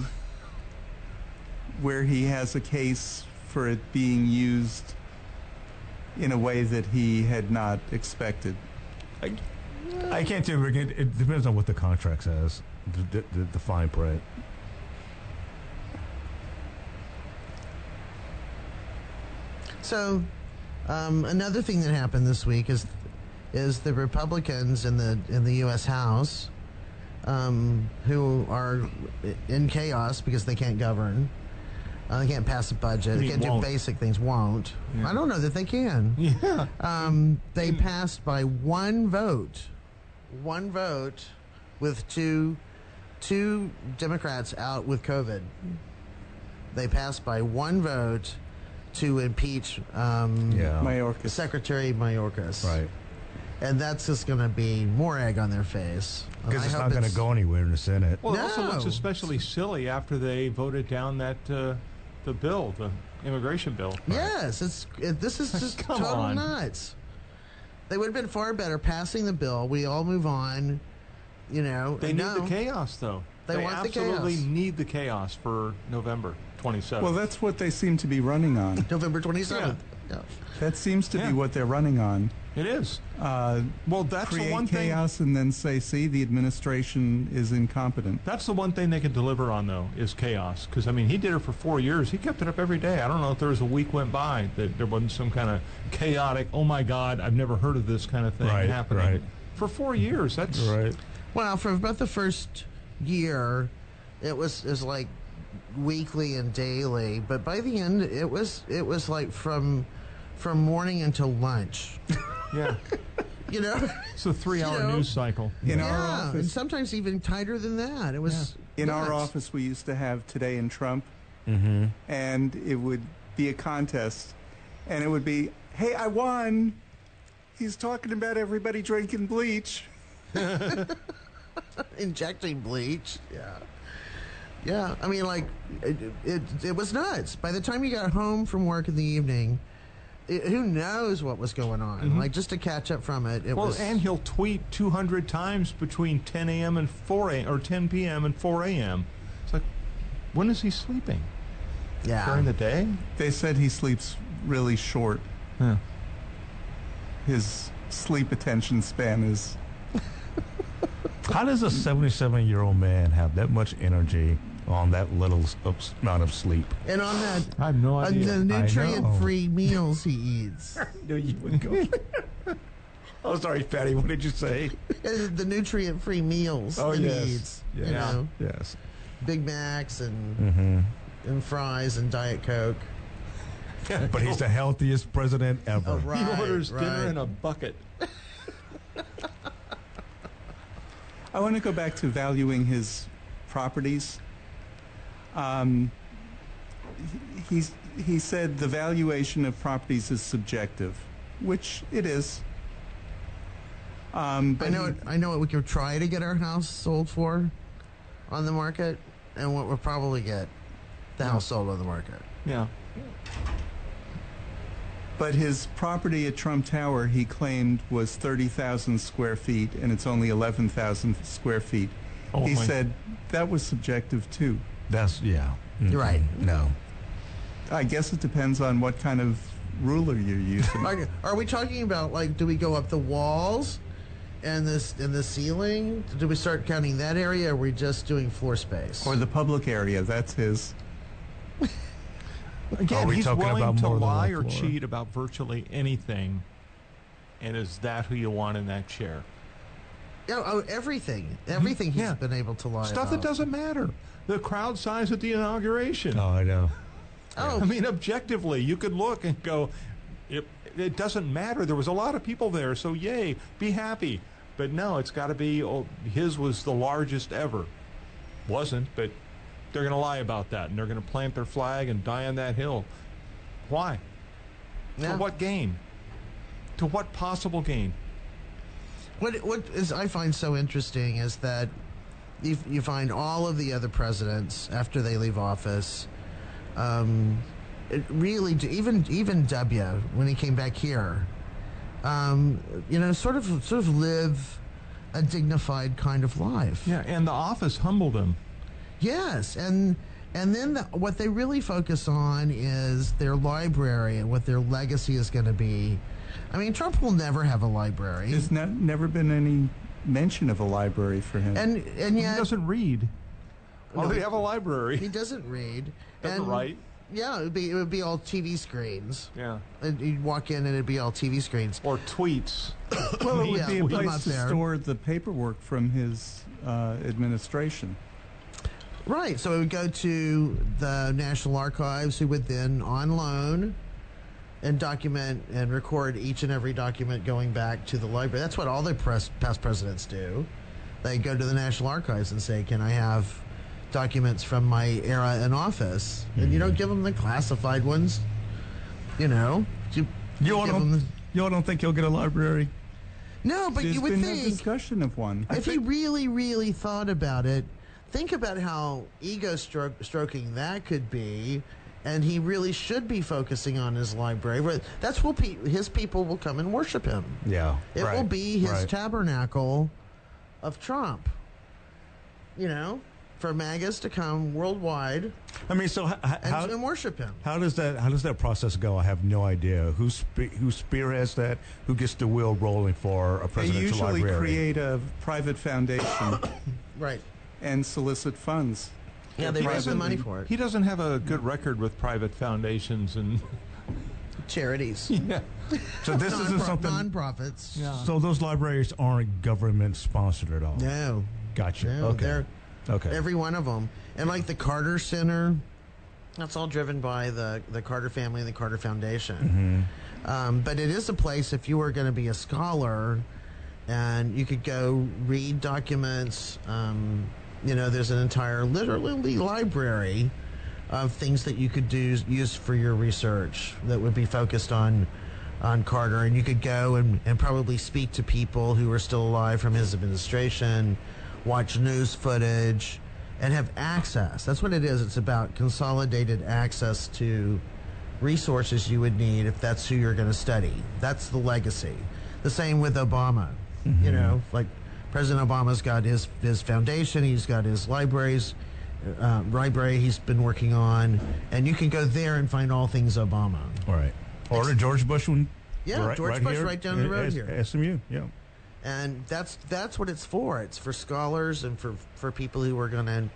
Speaker 1: where he has a case for it being used in a way that he had not expected.
Speaker 4: I, I can't tell. Rick. It, it depends on what the contract says, the, the, the fine print.
Speaker 2: So, um, another thing that happened this week is is the Republicans in the in the U.S. House um, who are in chaos because they can't govern. Uh, they can't pass a budget. They
Speaker 3: You mean
Speaker 2: can't do
Speaker 3: won't.
Speaker 2: basic things. Won't.
Speaker 3: Yeah.
Speaker 2: I don't know that they can.
Speaker 3: Yeah.
Speaker 2: Um, they
Speaker 4: Hmm.
Speaker 2: passed by one vote, one vote, with two two Democrats out with COVID. They passed by one vote to impeach um,
Speaker 4: Yeah.
Speaker 1: Mayorkas.
Speaker 2: Secretary Mayorkas,
Speaker 4: Right.
Speaker 2: And that's just going to be more egg on their face. And
Speaker 4: Because
Speaker 2: I
Speaker 4: it's
Speaker 2: hope
Speaker 4: not going to
Speaker 2: it's-
Speaker 4: go anywhere in the Senate.
Speaker 3: Well, it also
Speaker 2: No.
Speaker 3: looks especially silly after they voted down that uh, the bill, the immigration bill.
Speaker 2: Yes, it's it, this is just
Speaker 3: Come
Speaker 2: total
Speaker 3: on.
Speaker 2: nuts. They would have been far better passing the bill. We all move on. You know,
Speaker 3: They
Speaker 2: and
Speaker 3: need
Speaker 2: now-
Speaker 3: the chaos, though.
Speaker 2: They want the
Speaker 3: absolutely
Speaker 2: chaos.
Speaker 3: need the chaos for November 27th.
Speaker 1: Well, that's what they seem to be running on.
Speaker 2: November 27th. Yeah.
Speaker 1: That seems to
Speaker 3: Yeah.
Speaker 1: be what they're running on.
Speaker 3: it is.
Speaker 1: Uh,
Speaker 3: Well, that's the
Speaker 1: create
Speaker 3: one thing.
Speaker 1: chaos and then say, see, the administration is incompetent.
Speaker 3: That's the one thing they can deliver on, though, is chaos. Because I mean, he did it for four years. He kept it up every day. I don't know if there was a week went by that there wasn't some kind of chaotic. Oh my God, I've never heard of this kind of thing
Speaker 4: Right,
Speaker 3: happening
Speaker 4: right.
Speaker 3: for four years. That's
Speaker 2: Well, for about the first year, it was is like weekly and daily, but by the end, it was it was like from from morning until lunch.
Speaker 3: Yeah,
Speaker 2: You know,
Speaker 3: it's a three-hour
Speaker 2: You know,
Speaker 3: news cycle.
Speaker 1: In
Speaker 2: yeah,
Speaker 1: our
Speaker 2: and
Speaker 1: office,
Speaker 2: sometimes even tighter than that. It was
Speaker 1: in our
Speaker 2: nuts.
Speaker 1: office, we used to have today in Trump,
Speaker 4: Mm-hmm.
Speaker 1: and it would be a contest, and it would be, hey, I won. He's talking about everybody drinking bleach.
Speaker 2: injecting bleach. Yeah. Yeah, I mean, like, it, it, it was nuts. By the time you got home from work in the evening, it, who knows what was going on?
Speaker 1: Mm-hmm.
Speaker 2: Like, just to catch up from it, it
Speaker 3: Well,
Speaker 2: was.
Speaker 3: and he'll tweet 200 times between 10 a.m. and 4 a.m. or 10 p.m. and 4 a.m. It's like, when is he sleeping?
Speaker 2: yeah.
Speaker 3: During the day?
Speaker 1: They said he sleeps really short.
Speaker 3: Yeah.
Speaker 1: His sleep attention span is.
Speaker 4: How does a 77 year old man have that much energy on that little s- ups- amount of sleep?
Speaker 2: And on that,
Speaker 3: I have no
Speaker 2: on
Speaker 3: idea.
Speaker 2: the
Speaker 4: know.
Speaker 2: nutrient-free meals he eats,
Speaker 4: No, you would go. oh, sorry, Patty. What did you say?
Speaker 2: And the nutrient-free meals
Speaker 4: Oh,
Speaker 2: that
Speaker 4: yes.
Speaker 2: he eats,
Speaker 4: Yeah.
Speaker 2: you know,
Speaker 4: Yes.
Speaker 2: Big Macs and
Speaker 4: Mm-hmm.
Speaker 2: and fries and Diet Coke.
Speaker 4: But he's the healthiest president ever.
Speaker 2: Oh, right,
Speaker 3: he orders
Speaker 2: right.
Speaker 3: dinner in a bucket.
Speaker 1: I want to go back to valuing his properties. Um, he- he's, he said the valuation of properties is subjective, which it is.
Speaker 4: Mm.
Speaker 1: Um, but
Speaker 2: I know.
Speaker 1: he-
Speaker 2: What, I know what we could try to get our house sold for on the market, and what we'll probably get the house sold on the market.
Speaker 3: Yeah.
Speaker 1: But his property at Trump Tower, he claimed, was 30,000 square feet, and it's only 11,000 square feet.
Speaker 3: Oh,
Speaker 1: he
Speaker 3: my-
Speaker 1: said that was subjective, too.
Speaker 4: That's, yeah. Mm-mm.
Speaker 2: Right.
Speaker 4: No.
Speaker 1: I guess it depends on what kind of ruler you're using.
Speaker 2: Like, are we talking about like? Do we go up the walls? And this and the ceiling. Do we start counting that area? Or are we just doing floor space?
Speaker 1: or the public area, that's his.
Speaker 3: Again,
Speaker 4: Are we
Speaker 3: he's
Speaker 4: talking
Speaker 3: willing
Speaker 4: about
Speaker 3: to
Speaker 4: more than
Speaker 3: lie
Speaker 4: one
Speaker 3: or
Speaker 4: floor?
Speaker 3: cheat about virtually anything. And is that who you want in that chair?
Speaker 2: Yeah, oh, everything, everything he's
Speaker 3: Mm-hmm. Yeah.
Speaker 2: been able to lie
Speaker 3: Stuff that
Speaker 2: about.
Speaker 3: doesn't matter. The crowd size at the inauguration.
Speaker 4: Oh, I know.
Speaker 2: Oh,
Speaker 3: I mean, objectively, you could look and go, it, it doesn't matter. There was a lot of people there, so yay, be happy. But no, it's got to be, oh, his was the largest ever. Wasn't, but they're going to lie about that and they're going to plant their flag and die on that hill. Why?
Speaker 2: yeah.
Speaker 3: To what gain? To what possible gain?
Speaker 2: What what is I find so interesting is that you, you find all of the other presidents after they leave office. Um, it really do- even even W when he came back here, um, you know, sort of sort of live a dignified kind of life.
Speaker 3: Yeah, and the office humbled him.
Speaker 2: Yes, and and then the, what they really focus on is their library and what their legacy is going to be. I mean, Trump will never have a library,
Speaker 1: There's not, never been any mention of a library for him.
Speaker 2: and and
Speaker 3: He
Speaker 2: yet
Speaker 3: doesn't read. Oh,
Speaker 2: No,
Speaker 3: they
Speaker 2: he-
Speaker 3: have a
Speaker 2: He
Speaker 3: library.
Speaker 2: doesn't read.
Speaker 3: Doesn't
Speaker 2: and,
Speaker 3: write.
Speaker 2: Yeah, it would be it would be all TV screens.
Speaker 3: Yeah.
Speaker 2: And you'd walk in and it'd be all TV screens.
Speaker 3: Or tweets.
Speaker 1: well, it would
Speaker 2: yeah,
Speaker 1: be a
Speaker 2: we're not
Speaker 1: place to
Speaker 2: there.
Speaker 1: store the paperwork from his uh, administration.
Speaker 2: Right. So it would go to the National Archives, who would then on loan and document and record each and every document going back to the library. That's what all the press, past presidents do. They go to the National Archives and say, "Can I have documents from my era in office?" And you don't give them the classified ones. You know, you,
Speaker 4: You all
Speaker 2: give them
Speaker 4: don't,
Speaker 2: the-
Speaker 4: you all don't think he'll get a library?
Speaker 2: No, but
Speaker 1: There's
Speaker 2: you would
Speaker 1: been no
Speaker 2: think
Speaker 1: discussion of one.
Speaker 2: if he really, really thought about it, think about how ego stroke, stroking that could be, and he really should be focusing on his library. But That's what pe- his people will come and worship him.
Speaker 4: Yeah.
Speaker 2: It will
Speaker 4: right,
Speaker 2: be his
Speaker 4: right.
Speaker 2: tabernacle of Trump. You know, for MAGAs to come worldwide
Speaker 4: I mean, so h- h-
Speaker 2: and,
Speaker 4: how,
Speaker 2: and worship him.
Speaker 4: How does that How does that process go? I have no idea. Who spe- Who spearheads that? Who gets the wheel rolling for a
Speaker 1: They
Speaker 4: presidential
Speaker 1: usually
Speaker 4: library?
Speaker 1: create a private foundation
Speaker 2: Right.
Speaker 1: and solicit funds.
Speaker 2: Yeah, they
Speaker 1: He
Speaker 2: raise the
Speaker 1: doesn't-
Speaker 2: money for it.
Speaker 3: He doesn't have a good record with private foundations and
Speaker 2: Charities.
Speaker 3: yeah.
Speaker 4: so this isn't
Speaker 2: Nonpro-
Speaker 4: something.
Speaker 2: Nonprofits.
Speaker 4: so those libraries aren't government sponsored at all.
Speaker 2: No.
Speaker 4: Gotcha.
Speaker 2: No,
Speaker 4: okay.
Speaker 2: they're-
Speaker 4: Okay.
Speaker 2: Every one of them. And like the Carter Center, that's all driven by the, the Carter family and the Carter Foundation. Um, but it is a place if you were going to be a scholar and you could go read documents. Um, you know, there's an entire literally library of things that you could do use for your research that would be focused on on Carter and you could go and, and probably speak to people who are still alive from his administration, watch news footage, and have access. That's what it is. It's about consolidated access to resources you would need if that's who you're going to study. That's the legacy. The same with Obama. You know, like President Obama's got his his foundation. He's got his libraries, uh, library he's been working on, and you can go there and find all things Obama.
Speaker 4: all right. Or the George Bush one.
Speaker 2: Yeah, George Bush
Speaker 4: here,
Speaker 2: right down the
Speaker 4: uh,
Speaker 2: road
Speaker 4: S-
Speaker 2: here.
Speaker 4: SMU. Yeah.
Speaker 2: and that's that's what it's for. It's for scholars and for for people who are going to,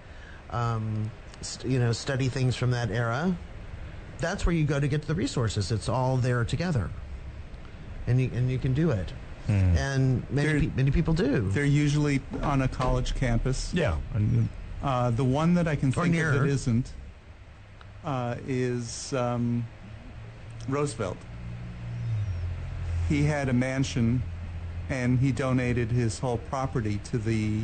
Speaker 2: um, st- you know, study things from that era. That's where you go to get the resources. It's all there together, and you and you can do it, and many
Speaker 1: There-
Speaker 2: pe- many people do.
Speaker 1: They're usually on a college campus.
Speaker 4: Yeah. And,
Speaker 1: Uh, the one that I can
Speaker 2: Or
Speaker 1: think of
Speaker 2: nearer.
Speaker 1: that isn't uh, is um, Roosevelt. He had a mansion, and he donated his whole property to the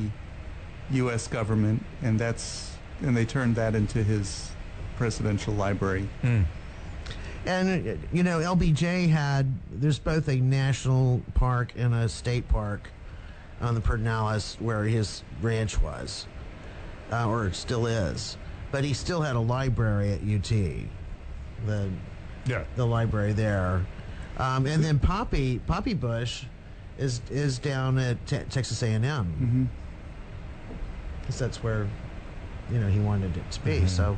Speaker 1: U.S. government, and that's and they turned that into his presidential library.
Speaker 4: hmm.
Speaker 2: And uh, you know, LBJ had there's both a national park and a state park on the Pedernales where his ranch was, uh, or still is. But he still had a library at UT, the
Speaker 4: yeah.
Speaker 2: the library there, um, and then Poppy Poppy Bush is is down at te- Texas A and M because that's where you know he wanted it to be. So,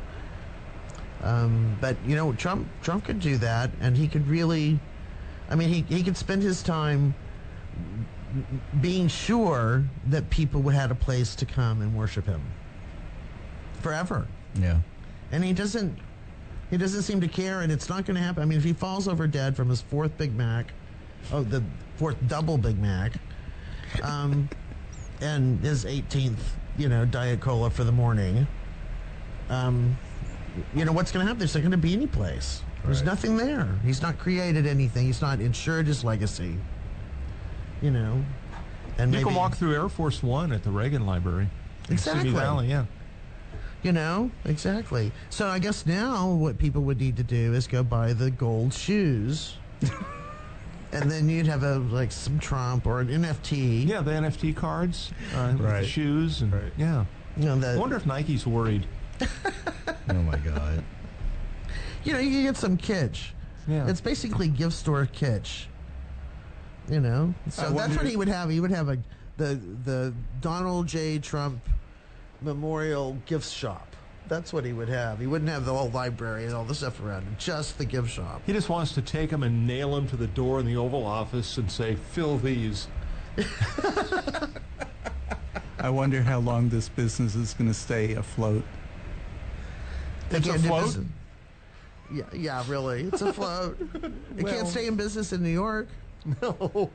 Speaker 2: um, but you know, Trump Trump could do that, and he could really, I mean, he he could spend his time being sure that people had a place to come and worship him forever
Speaker 4: Yeah.
Speaker 2: and he doesn't he doesn't seem to care and it's not going to happen i mean if he falls over dead from his fourth big mac oh the fourth double big mac um and his 18th, you know, Diet Cola for the morning. Um, you know, what's going to happen? There's not going to be any place. There's
Speaker 4: Right.
Speaker 2: nothing there. He's not created anything. He's not insured his legacy. You know, and
Speaker 3: You
Speaker 2: maybe,
Speaker 3: can walk through Air Force One at the Reagan Library. in Simi
Speaker 2: Exactly.
Speaker 3: Valley, yeah.
Speaker 2: You know, exactly. So I guess now what people would need to do is go buy the gold shoes. and then you'd have a like some Trump or an NFT.
Speaker 3: Yeah, the NFT cards, uh, with
Speaker 4: Right.
Speaker 3: the shoes, and
Speaker 4: Right.
Speaker 3: yeah.
Speaker 2: You know,
Speaker 3: I
Speaker 2: the,
Speaker 3: wonder if Nike's worried.
Speaker 4: Oh my God.
Speaker 2: you know, you can get some kitsch.
Speaker 3: Yeah,
Speaker 2: It's basically gift store kitsch. You know? So that's
Speaker 1: wonder-
Speaker 2: what he would have. He would have a the the Donald J. Trump Memorial Gift Shop. That's what he would have. He wouldn't have the whole library and all the stuff around him, just the gift shop.
Speaker 3: he just wants to take them and nail them to the door in the Oval Office and say, "Fill these."
Speaker 1: I wonder how long this business is going to stay afloat.
Speaker 3: It's
Speaker 2: Again,
Speaker 3: a
Speaker 2: it
Speaker 3: float.
Speaker 2: doesn't- Yeah, yeah, really. It's a float. it
Speaker 3: Well-
Speaker 2: can't stay in business in New York.
Speaker 3: No,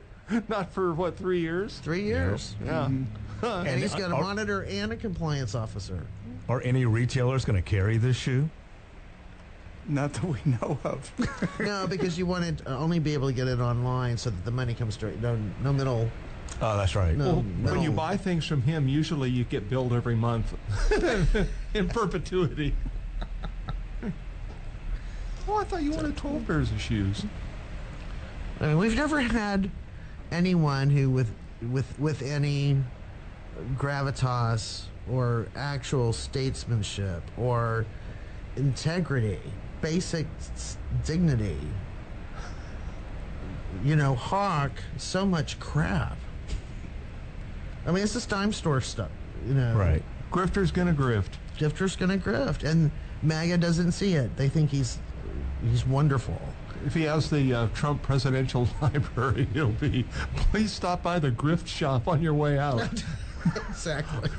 Speaker 3: not for what three years.
Speaker 2: Three years.
Speaker 3: Yeah, Uh-huh.
Speaker 2: And, he's got a
Speaker 4: are-
Speaker 2: monitor and a compliance officer.
Speaker 4: Are any retailers going to carry this shoe?
Speaker 1: Not that we know of.
Speaker 2: No, because you want to only be able to get it online so that the money comes straight. No, no middle.
Speaker 4: Oh, that's right.
Speaker 2: No.
Speaker 3: Well,
Speaker 2: no.
Speaker 3: when you buy things from him, usually you get billed every month in perpetuity. oh, I thought you wanted twelve pairs of shoes.
Speaker 2: I mean, we've never had anyone who with with with any gravitas or actual statesmanship or integrity, basic s- dignity. You know, hawk so much crap. I mean, it's this dime store stuff. You know,
Speaker 4: Right.
Speaker 3: Grifter's gonna grift.
Speaker 2: Grifter's gonna grift, and MAGA doesn't see it. They think he's he's wonderful.
Speaker 3: If he has the uh, Trump Presidential Library, he'll be. Please stop by the grift shop on your way out.
Speaker 2: Exactly.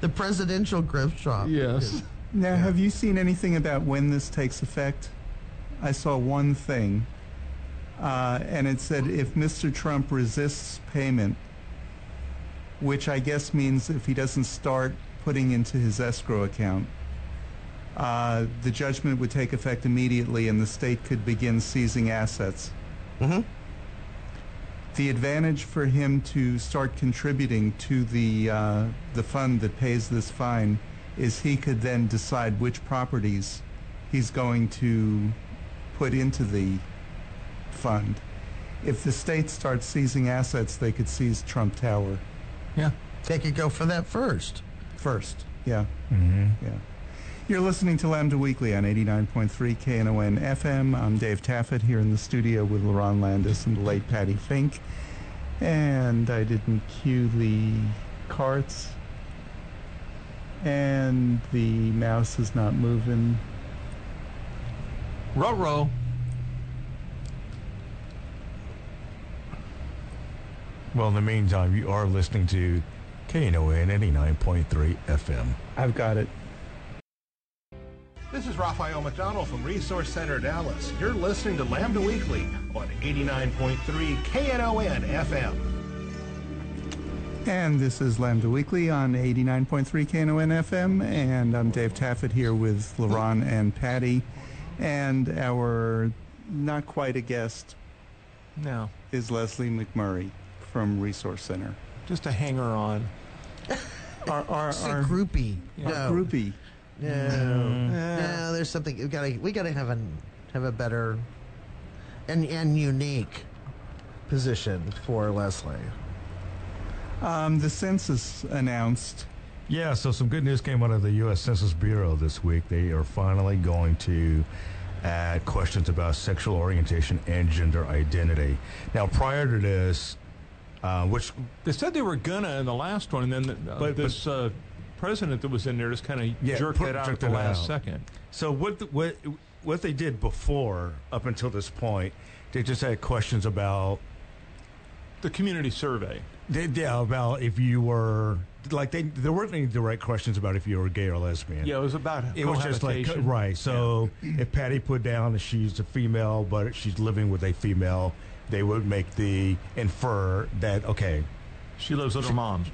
Speaker 2: the presidential grift shop.
Speaker 3: yes.
Speaker 1: Now, have you seen anything about when this takes effect? I saw one thing, uh, and it said if Mr. Trump resists payment, which I guess means if he doesn't start putting into his escrow account, uh, the judgment would take effect immediately and the state could begin seizing assets.
Speaker 2: Mhm.
Speaker 1: The advantage for him to start contributing to the, uh, the fund that pays this fine is he could then decide which properties he's going to put into the fund. If the state starts seizing assets, they could seize Trump Tower
Speaker 3: Yeah.
Speaker 2: They could go for that first.
Speaker 1: first. Yeah,
Speaker 4: Mm-hmm.
Speaker 1: yeah. You're listening to Lambda Weekly on 89.3 KNON FM. I'm Dave Taffet here in the studio with LaRon Landis and the late Patty Fink. And I didn't cue the carts. And the mouse is not moving.
Speaker 3: Row row.
Speaker 4: Well, in the meantime, you are listening to KNON 89.3 FM.
Speaker 1: I've got it.
Speaker 5: This is Raphael McDonald from Resource Center Dallas. You're listening to Lambda Weekly on 89.3 KNON FM.
Speaker 1: And this is Lambda Weekly on 89.3 KNON FM, and I'm Dave Taffet here with LaRon and Patty, and our not quite a guest
Speaker 3: No.
Speaker 1: is Leslie McMurray from Resource Center,
Speaker 3: Just a hanger on.
Speaker 1: our our,
Speaker 2: It's a
Speaker 1: our,
Speaker 2: groupie.
Speaker 3: Yeah.
Speaker 1: our Mm-hmm.
Speaker 2: No.
Speaker 1: groupie.
Speaker 2: No.
Speaker 3: Yeah.
Speaker 2: No, there's something we gotta we gotta have an have a better and and unique position for Leslie.
Speaker 1: Um, the census announced
Speaker 4: Yeah, so some good news came out of the U.S. Census Bureau this week. They are finally going to add questions about sexual orientation and gender identity. Now, prior to this, uh, which
Speaker 3: They said they were gonna in the last one, and then uh,
Speaker 4: But-
Speaker 3: this uh, president that was in there just kind of
Speaker 4: Yeah,
Speaker 3: jerked
Speaker 4: put-
Speaker 3: that out at
Speaker 4: jerked
Speaker 3: the
Speaker 4: it
Speaker 3: last
Speaker 4: out.
Speaker 3: second.
Speaker 4: So what the, what what they did before up until this point, they just had questions about
Speaker 3: The community survey.
Speaker 4: they, yeah about if you were like they there weren't any direct questions about if you were gay or lesbian.
Speaker 3: Yeah, it was about
Speaker 4: It was just like
Speaker 3: cohabitation.
Speaker 4: right. So if Patty put down that she's a female, but she's living with a female, they would make the infer that okay,
Speaker 3: She lives with her mom.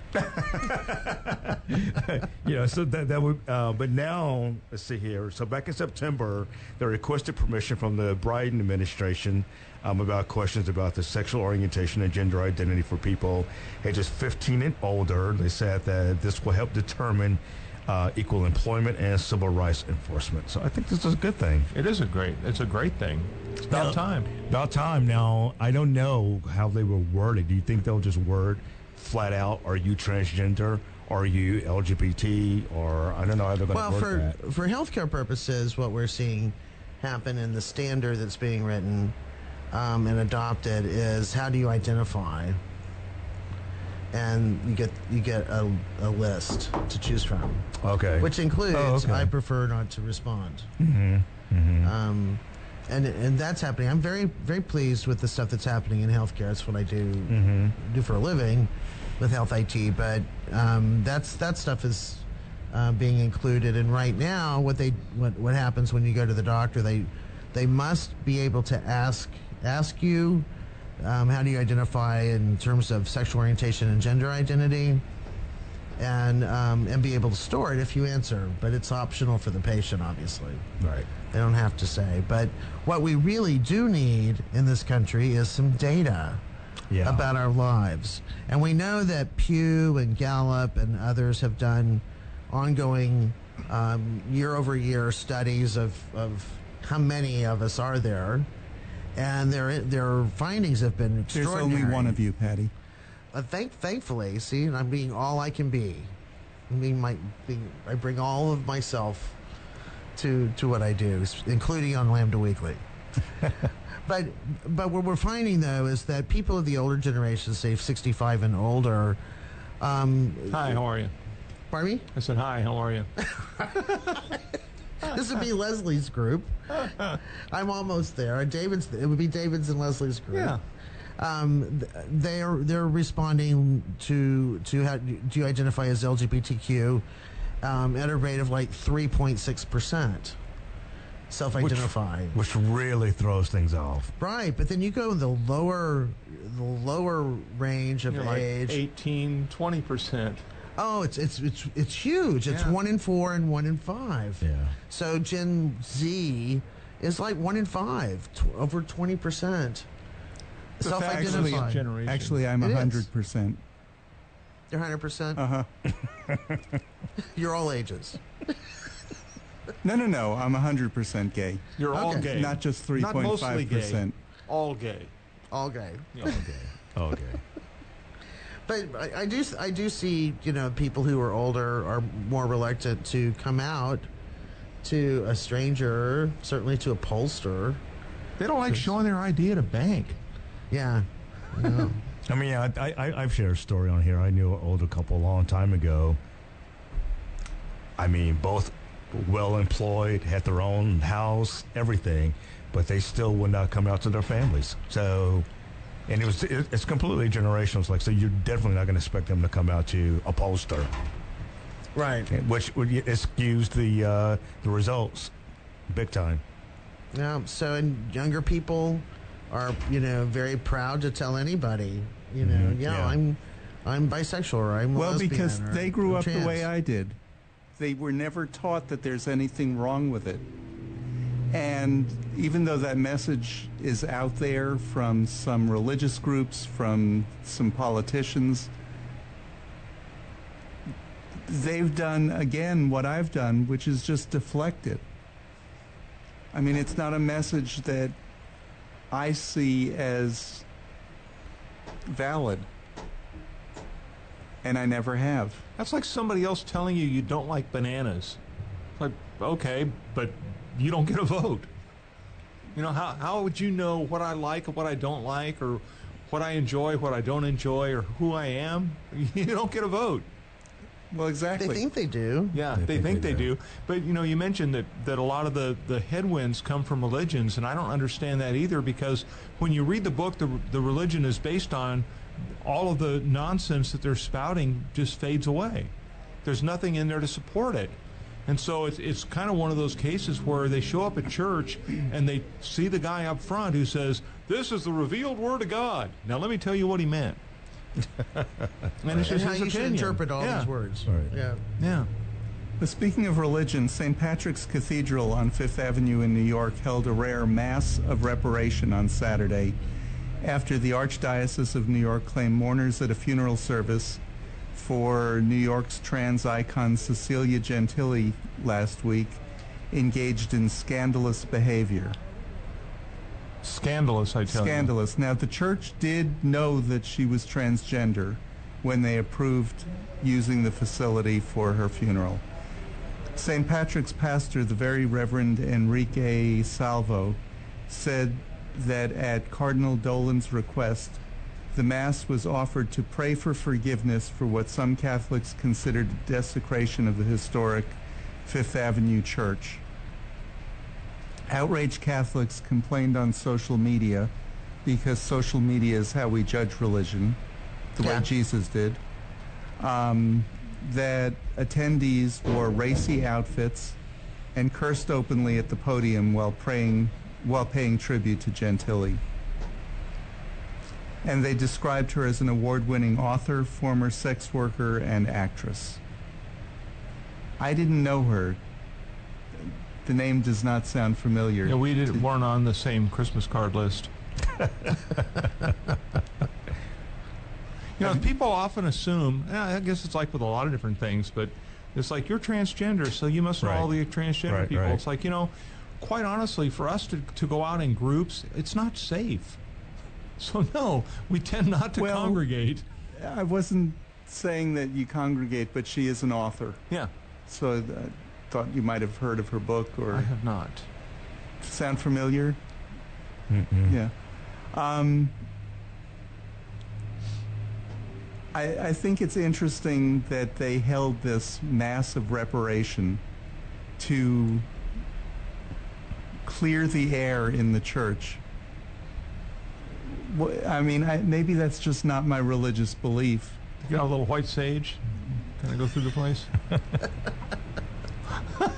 Speaker 4: you know, so that that would. Uh, but now, let's see here. So back in September, they requested permission from the Biden administration um, about questions about the sexual orientation and gender identity for people ages 15 and older. They said that this will help determine uh, equal employment and civil rights enforcement. So I think this is a good thing.
Speaker 3: It is a great. It's a great thing. It's about
Speaker 4: Yeah.
Speaker 3: time.
Speaker 4: About time now. I don't know how they will word it. Do you think they'll just word flat out, "Are you transgender? Are you LGBT?" Or I don't know how they're going to
Speaker 2: Well,
Speaker 4: word
Speaker 2: for
Speaker 4: that.
Speaker 2: for healthcare purposes, what we're seeing happen in the standard that's being written um, and adopted is how do you identify, and you get you get a, a list to choose from,
Speaker 4: Okay. Oh,
Speaker 2: which includes
Speaker 4: okay. Mm-hmm.
Speaker 2: I prefer not to respond. Um, and and that's happening. I'm very very pleased with the stuff that's happening in healthcare. That's what I do
Speaker 4: Mm-hmm.
Speaker 2: do for a living with health IT. But um, that's that stuff is uh, being included. And right now, what they what what happens when you go to the doctor? They they must be able to ask ask you um, how do you identify in terms of sexual orientation and gender identity. And um, and be able to store it if you answer, but it's optional for the patient, obviously.
Speaker 4: right.
Speaker 2: They don't have to say. But what we really do need in this country is some data
Speaker 4: Yeah.
Speaker 2: about our lives. And we know that Pew and Gallup and others have done ongoing um, year over year studies of, of how many of us are there. And their, their findings have been
Speaker 1: There's
Speaker 2: extraordinary.
Speaker 1: only one of you, Patty.
Speaker 2: Uh, thank, thankfully, see, I'm being all I can be. I mean, my, being, I bring all of myself to to what I do, s- including on Lambda Weekly. but but what we're finding though is that people of the older generation, say 65 and older, um,
Speaker 3: Hi, how are you?
Speaker 2: pardon me,
Speaker 3: I said hi. How are you?
Speaker 2: this would be Leslie's group. I'm almost there. David's it would be David's and Leslie's group.
Speaker 3: Yeah.
Speaker 2: um, th- they're they're responding to to how do you identify as LGBTQ um, at a rate of like three point six percent self-identifying.
Speaker 4: Which really throws things off.
Speaker 2: right, but then you go in the lower the lower range of
Speaker 3: You're like
Speaker 2: age.
Speaker 3: 18, 20 percent.
Speaker 2: Oh, it's it's it's it's huge. It's
Speaker 3: Yeah.
Speaker 2: one in four and one in five.
Speaker 4: Yeah.
Speaker 2: So Gen Z is like one in five, tw- over twenty percent.
Speaker 1: Actually,
Speaker 2: Self-identifying.
Speaker 3: generation.
Speaker 1: Actually, I'm
Speaker 2: It is.
Speaker 1: 100%.
Speaker 2: You're hundred percent.
Speaker 1: Uh huh.
Speaker 2: You're all ages.
Speaker 1: No, no, no. I'm 100% gay.
Speaker 3: you're all
Speaker 2: Okay.
Speaker 3: gay.
Speaker 1: Not just
Speaker 3: Not mostly
Speaker 1: 3.5%.
Speaker 3: gay. All gay.
Speaker 2: All gay.
Speaker 3: Yeah.
Speaker 4: Okay.
Speaker 2: But I, I do I do see you know people who are older are more reluctant to come out to a stranger, certainly to a pollster.
Speaker 3: They don't like showing their ID at a bank.
Speaker 2: Yeah,
Speaker 4: I mean, yeah, I, I, I've shared a story on here. I knew an older couple a long time ago. I mean, both well employed, had their own house, everything, but they still would not come out to their families. So, and it was it, it's completely generational. It's like, so you're definitely not going to expect them to come out to a poster,
Speaker 2: right.
Speaker 4: which would excuse the uh, the results big time.
Speaker 2: Yeah. So and younger people are you know very proud to tell anybody you know
Speaker 4: Mhm,
Speaker 2: yeah,
Speaker 4: yeah.
Speaker 2: I'm I'm bisexual or I'm a
Speaker 1: Mm-hmm. Well,
Speaker 2: lesbian
Speaker 1: because
Speaker 2: or
Speaker 1: they grew
Speaker 2: I'm
Speaker 1: up the way
Speaker 2: trans."
Speaker 1: I did. They were never taught that there's anything wrong with it. And even though that message is out there from some religious groups, from some politicians, they've done again what I've done, which is just deflect it. I mean, it's not a message that I see as valid, and I never have.
Speaker 3: That's like somebody else telling you you don't like bananas. It's Like, okay, but you don't get a vote. You know, how, how would you know what I like and what I don't like or what I enjoy, what I don't enjoy, or who I am? You don't get a vote.
Speaker 1: Well, exactly.
Speaker 2: They think they do.
Speaker 3: Yeah, they, think, they, do. But you know, you mentioned that, that a lot of the, the headwinds come from religions, and I don't understand that either because when you read the book, the, the religion is based on all of the nonsense that they're spouting just fades away. There's nothing in there to support it. And so it's, it's kind of one of those cases where they show up at church and they see the guy up front who says, This is the revealed word of God. Now, let me tell you what he meant. and it's
Speaker 2: And
Speaker 3: just
Speaker 2: how
Speaker 3: his
Speaker 2: you should
Speaker 3: opinion.
Speaker 2: interpret all
Speaker 3: yeah.
Speaker 2: these words.
Speaker 4: All right.
Speaker 2: Yeah.
Speaker 3: Yeah.
Speaker 1: But speaking of religion, St. Patrick's Cathedral on Fifth Avenue in New York held a rare mass of reparation on Saturday after the Archdiocese of New York claimed mourners at a funeral service for New York's trans icon Cecilia Gentili last week engaged in scandalous behavior.
Speaker 3: Scandalous, I tell you.
Speaker 1: Scandalous. Now, the church did know that she was transgender when they approved using the facility for her funeral. St. Patrick's pastor, the very Reverend Enrique Salvo, said that at Cardinal Dolan's request, the Mass was offered to pray for forgiveness for what some Catholics considered desecration of the historic Fifth Avenue Church. Outraged Catholics complained on social media because social media is how we judge religion, the
Speaker 2: Yeah.
Speaker 1: way Jesus did. Um, that attendees wore racy outfits and cursed openly at the podium while praying while paying tribute to Gentili. And they described her as an award-winning author, former sex worker, and actress. I didn't know her. The name does not sound familiar.
Speaker 3: Yeah, we didn't, weren't on the same Christmas card list. you know, people often assume, and I guess it's like with a lot of different things, but it's like you're transgender, so you must know all
Speaker 4: Right.
Speaker 3: the transgender
Speaker 4: Right,
Speaker 3: people.
Speaker 4: right.
Speaker 3: It's like, you know, quite honestly, for us to, to go out in groups, it's not safe. So, no, we tend not to
Speaker 1: Well-
Speaker 3: congregate.
Speaker 1: I wasn't saying that you congregate, but she is an author.
Speaker 3: Yeah,
Speaker 1: So I thought you might have heard of her book
Speaker 3: I
Speaker 1: or
Speaker 3: have not.
Speaker 1: sound familiar?
Speaker 4: Mm-mm.
Speaker 1: Yeah. Um, I, I think it's interesting that they held this massive reparation to clear the air in the church. Wh- I mean, I, maybe that's just not my religious belief.
Speaker 3: You got a little white sage? Kind of go through the place?
Speaker 1: A-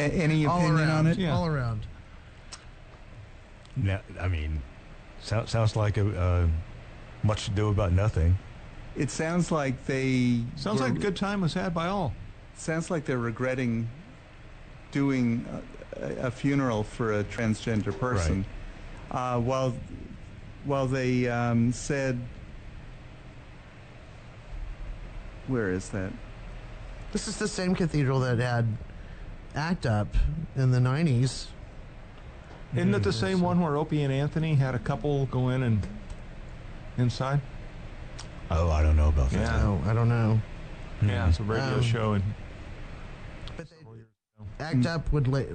Speaker 1: any
Speaker 2: All
Speaker 1: opinion
Speaker 2: around.
Speaker 1: on it?
Speaker 3: Yeah.
Speaker 2: All around.
Speaker 4: No, I mean, so, sounds like a uh, much to do about nothing.
Speaker 1: It sounds like they
Speaker 3: Sounds
Speaker 1: were-
Speaker 3: like a good time was had by all.
Speaker 1: Sounds like they're regretting doing a, a funeral for a transgender person. Uh, while while they um, said, where is that?
Speaker 2: This is the same cathedral that had ACT UP in the 90s.
Speaker 3: Isn't it the same one where Opie and Anthony had a couple go in and inside?
Speaker 4: Oh, I don't know about that. Mm-hmm.
Speaker 3: Yeah.
Speaker 2: Oh, I don't know.
Speaker 3: Yeah, it's a radio
Speaker 2: Um,
Speaker 3: show. And
Speaker 2: But they, ACT UP would lay,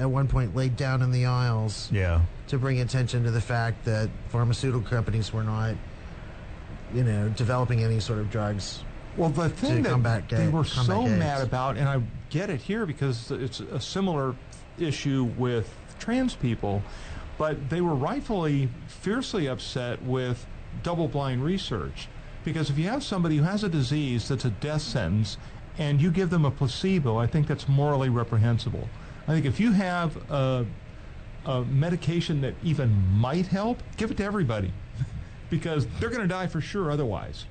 Speaker 2: at one point laid down in the aisles
Speaker 4: Yeah.
Speaker 2: to bring attention to the fact that pharmaceutical companies were not, you know, developing any sort of drugs.
Speaker 3: well, the thing that
Speaker 2: combat
Speaker 3: they
Speaker 2: gay-
Speaker 3: were
Speaker 2: combat
Speaker 3: so
Speaker 2: gays.
Speaker 3: mad about, and I get it here because it's a similar issue with trans people, but they were rightfully fiercely upset with double-blind research because if you have somebody who has a disease that's a death sentence and you give them a placebo, I think that's morally reprehensible. I think if you have a a medication that even might help, give it to everybody because they're going to die for sure otherwise.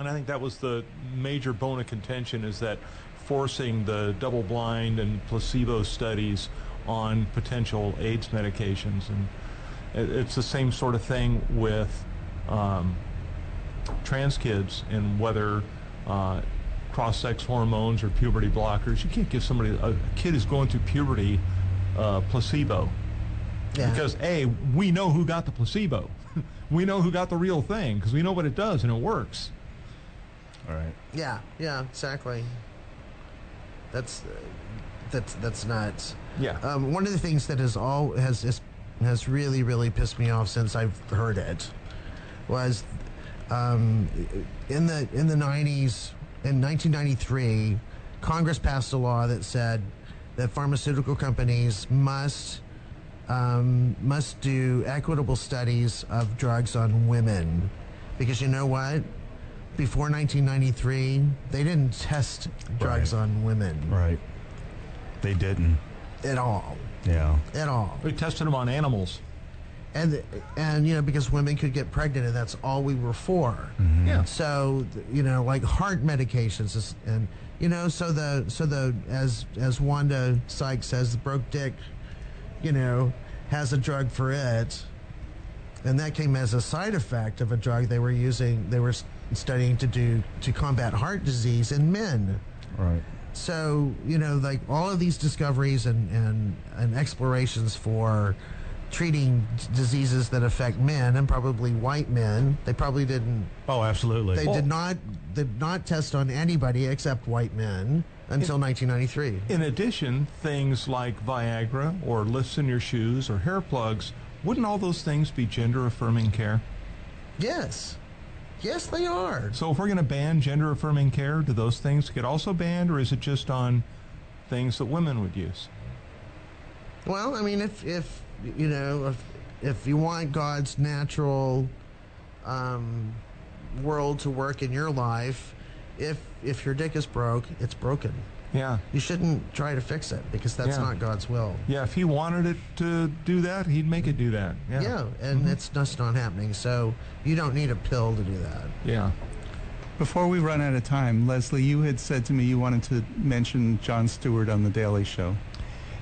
Speaker 3: And I think that was the major bone of contention is that forcing the double blind and placebo studies on potential AIDS medications. And it- it's the same sort of thing with um, trans kids and whether. Uh, cross-sex hormones or puberty blockers you can't give somebody a kid who's going through puberty uh, placebo
Speaker 2: Yeah.
Speaker 3: because a we know who got the placebo we know who got the real thing because we know what it does and it works
Speaker 4: All right.
Speaker 2: yeah, yeah, exactly. That's that's that's nuts.
Speaker 3: yeah
Speaker 2: Um, one of the things that has all has has- has really really pissed me off since I've heard it was um, in the in the nineties in 1993, Congress passed a law that said that pharmaceutical companies must um, must do equitable studies of drugs on women because you know what before 1993, they didn't test drugs
Speaker 4: Right.
Speaker 2: on women
Speaker 4: Right. They didn't.
Speaker 2: at all,
Speaker 4: Yeah.
Speaker 2: at all.
Speaker 3: We tested them on animals.
Speaker 2: And and you know because women could get pregnant, and that's all we were for.
Speaker 3: Yeah.
Speaker 2: So th- you know, like heart medications, is- and you know, so the so the as as Wanda Sykes says, the broke dick, you know, has a drug for it, and that came as a side effect of a drug they were using. They were s- studying to do to combat heart disease in men.
Speaker 4: Right.
Speaker 2: So you know, like all of these discoveries and and, and explorations for treating d- diseases that affect men and probably white men they probably didn't
Speaker 4: Oh, absolutely.
Speaker 2: they did not did not test on anybody except white men until 1993.
Speaker 3: In addition, things like Viagra or lifts in your shoes or hair plugs, wouldn't all those things be gender affirming care?
Speaker 2: Yes, yes, they are.
Speaker 3: So if we're going to ban gender affirming care, do those things get also banned or is it just on things that women would use?
Speaker 2: Well, I mean, if if you know if if you want God's natural um, world to work in your life, if if your dick is broke, it's broken.
Speaker 3: Yeah.
Speaker 2: You shouldn't try to fix it because that's
Speaker 3: Yeah.
Speaker 2: not God's will.
Speaker 3: Yeah, if he wanted it to do that, he'd make it do that. Yeah. Mm-hmm.
Speaker 2: Yeah, and it's just not happening. So you don't need a pill to do that.
Speaker 3: Yeah.
Speaker 1: Before we run out of time, Leslie, you had said to me you wanted to mention John Stewart on The Daily Show.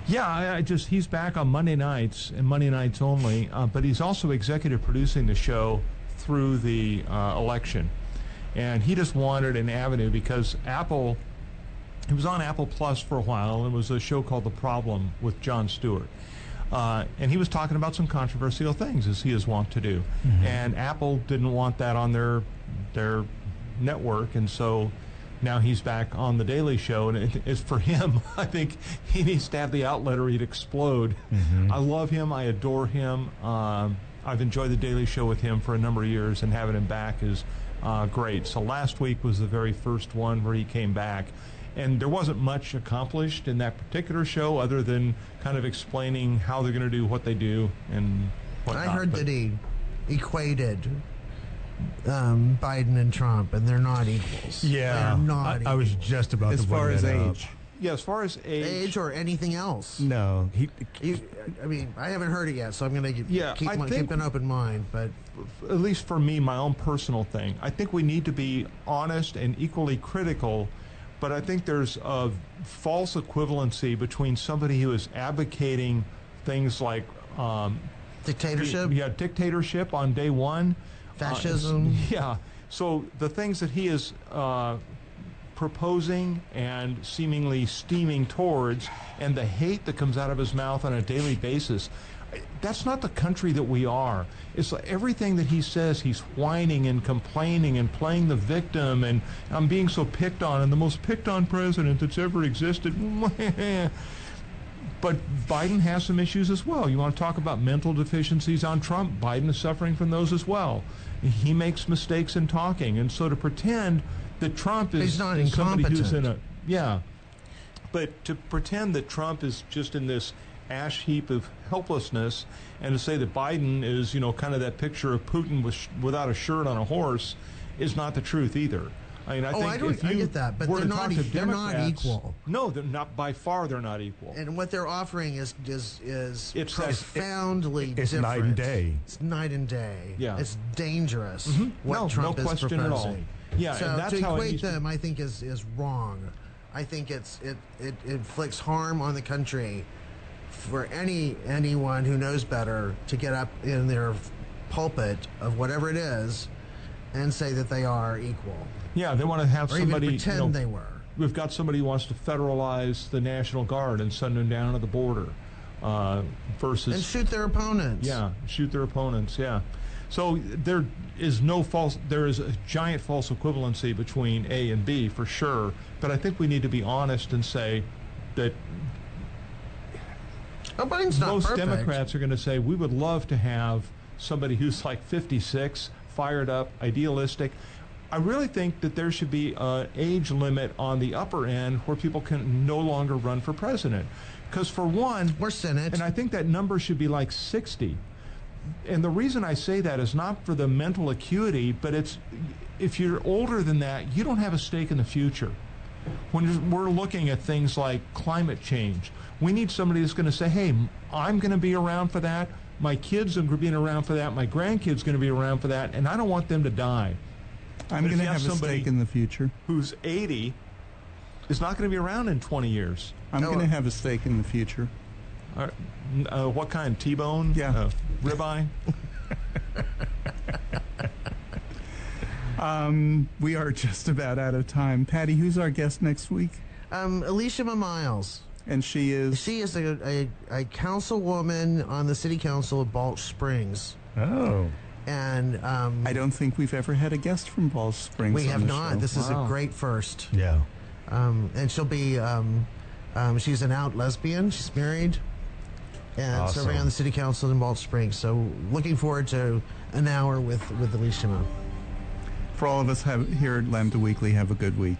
Speaker 3: Yeah, I, I just he's back on Monday nights and Monday nights only, uh, but he's also executive producing the show through the uh, election, and he just wanted an avenue because Apple. It was on Apple Plus for a while, and it was a show called The Problem with John Stewart. Uh, and he was talking about some controversial things, as he is wont to do. And Apple didn't want that on their their network, and so now he's back on the Daily Show. And it, it's for him. I think he needs to have the outlet, or he'd explode. I love him. I adore him. Um, I've enjoyed the Daily Show with him for a number of years, and having him back is uh, great. So last week was the very first one where he came back, and there wasn't much accomplished in that particular show other than kind of explaining how they're going to do what they do and whatnot.
Speaker 2: I heard
Speaker 3: But-
Speaker 2: that he equated um, Biden and Trump, and they're not equals.
Speaker 4: yeah.
Speaker 2: they're not
Speaker 4: I, I was
Speaker 2: equals.
Speaker 4: just about
Speaker 1: As
Speaker 4: to bring
Speaker 1: far as
Speaker 4: that up.
Speaker 1: age.
Speaker 3: yeah, as far as age,
Speaker 2: age or anything else.
Speaker 3: Mm.
Speaker 4: No. He,
Speaker 2: You, I mean, I haven't heard it yet, so I'm gonna keep
Speaker 3: Yeah,
Speaker 2: keep,
Speaker 3: I
Speaker 2: my-
Speaker 3: think-
Speaker 2: keep an open mind. But
Speaker 3: at least for me, my own personal thing. I think we need to be honest and equally critical, but I think there's a false equivalency between somebody who is advocating things like um,
Speaker 2: dictatorship,
Speaker 3: yeah, dictatorship on day one, Uh,
Speaker 2: Fascism.
Speaker 3: yeah. So the things that he is uh, proposing and seemingly steaming towards, and the hate that comes out of his mouth on a daily basis. I- That's not the country that we are. It's like everything that he says, he's whining and complaining and playing the victim, and I'm being so picked on, and the most picked on president that's ever existed. But Biden has some issues as well. You want to talk about mental deficiencies on Trump? Biden is suffering from those as well. He makes mistakes in talking, and so to pretend that Trump is
Speaker 2: He's not
Speaker 3: is somebody who's in
Speaker 2: incompetent.
Speaker 3: a yeah, but to pretend that Trump is just in this ash heap of helplessness, and to say that Biden is you know kind of that picture of Putin with sh- without a shirt on a horse, is not the truth either. I mean, I
Speaker 2: Oh,
Speaker 3: think
Speaker 2: I don't-
Speaker 3: if
Speaker 2: I
Speaker 3: you
Speaker 2: get that, but
Speaker 3: were to
Speaker 2: they're not
Speaker 3: talk to
Speaker 2: e- they're not
Speaker 3: Democrats-
Speaker 2: equal.
Speaker 3: No, they're not. By far, they're not equal.
Speaker 2: and what they're offering is is is
Speaker 3: It's-
Speaker 2: profoundly
Speaker 4: it's
Speaker 2: different.
Speaker 4: night and day.
Speaker 2: It's night and day.
Speaker 3: Yeah. Mm-hmm.
Speaker 2: it's dangerous. What
Speaker 3: No,
Speaker 2: Trump
Speaker 3: no
Speaker 2: is
Speaker 3: question at all.
Speaker 2: proposing.
Speaker 3: Yeah, and
Speaker 2: so
Speaker 3: that's
Speaker 2: to
Speaker 3: how it
Speaker 2: equate
Speaker 3: needs to-
Speaker 2: them, I think is is wrong. I think it's it it inflicts harm on the country for any anyone who knows better to get up in their pulpit of whatever it is and say that they are equal
Speaker 3: Yeah, they want to have
Speaker 2: or
Speaker 3: somebody.
Speaker 2: even pretend
Speaker 3: you know,
Speaker 2: they were.
Speaker 3: We've got somebody who wants to federalize the National Guard and send them down to the border, uh, versus
Speaker 2: and shoot their opponents.
Speaker 3: yeah, shoot their opponents. Yeah, so there is no false. There is a giant false equivalency between A and B for sure. But I think we need to be honest and say that
Speaker 2: Oh, Biden's not
Speaker 3: most
Speaker 2: perfect.
Speaker 3: Democrats are going to say we would love to have somebody who's like 56, fired up, idealistic. I really think that there should be an age limit on the upper end where people can no longer run for president. Because for one,
Speaker 2: Or Senate.
Speaker 3: and I think that number should be like 60. and the reason I say that is not for the mental acuity, but it's if you're older than that, you don't have a stake in the future. When you're- we're looking at things like climate change, we need somebody that's going to say, "Hey, m- I'm going to be around for that. My kids are going to be around for that. My grandkids going to be around for that, and I don't want them to die."
Speaker 1: I'm
Speaker 3: But if
Speaker 1: going to
Speaker 3: you have
Speaker 1: have a
Speaker 3: somebody-
Speaker 1: stake in the future.
Speaker 3: Who's 80 is not going to be around in 20 years.
Speaker 1: I'm
Speaker 2: Oh,
Speaker 1: going to
Speaker 2: uh,
Speaker 1: have a stake in the future.
Speaker 3: Are- n- Uh, what kind? T-bone?
Speaker 1: Yeah.
Speaker 3: Uh, ribeye?
Speaker 1: Um, we are just about out of time. Patty, who's our guest next week?
Speaker 2: Um, Alicia Miles.
Speaker 1: And she is.
Speaker 2: She is a, a, a councilwoman on the city council of Balch Springs.
Speaker 4: Oh.
Speaker 2: And um,
Speaker 1: I don't think we've ever had a guest from Ball Springs.
Speaker 2: we
Speaker 1: on
Speaker 2: have
Speaker 1: the
Speaker 2: not.
Speaker 1: show.
Speaker 2: This is a
Speaker 3: Wow.
Speaker 2: great first.
Speaker 4: Yeah.
Speaker 2: Um, and she'll be, um, um, she's an out lesbian. She's married and
Speaker 4: Awesome.
Speaker 2: serving on the city council in Balch Springs. So looking forward to an hour with, with Alicia.
Speaker 1: For all of us have, here at Lambda Weekly, have a good week.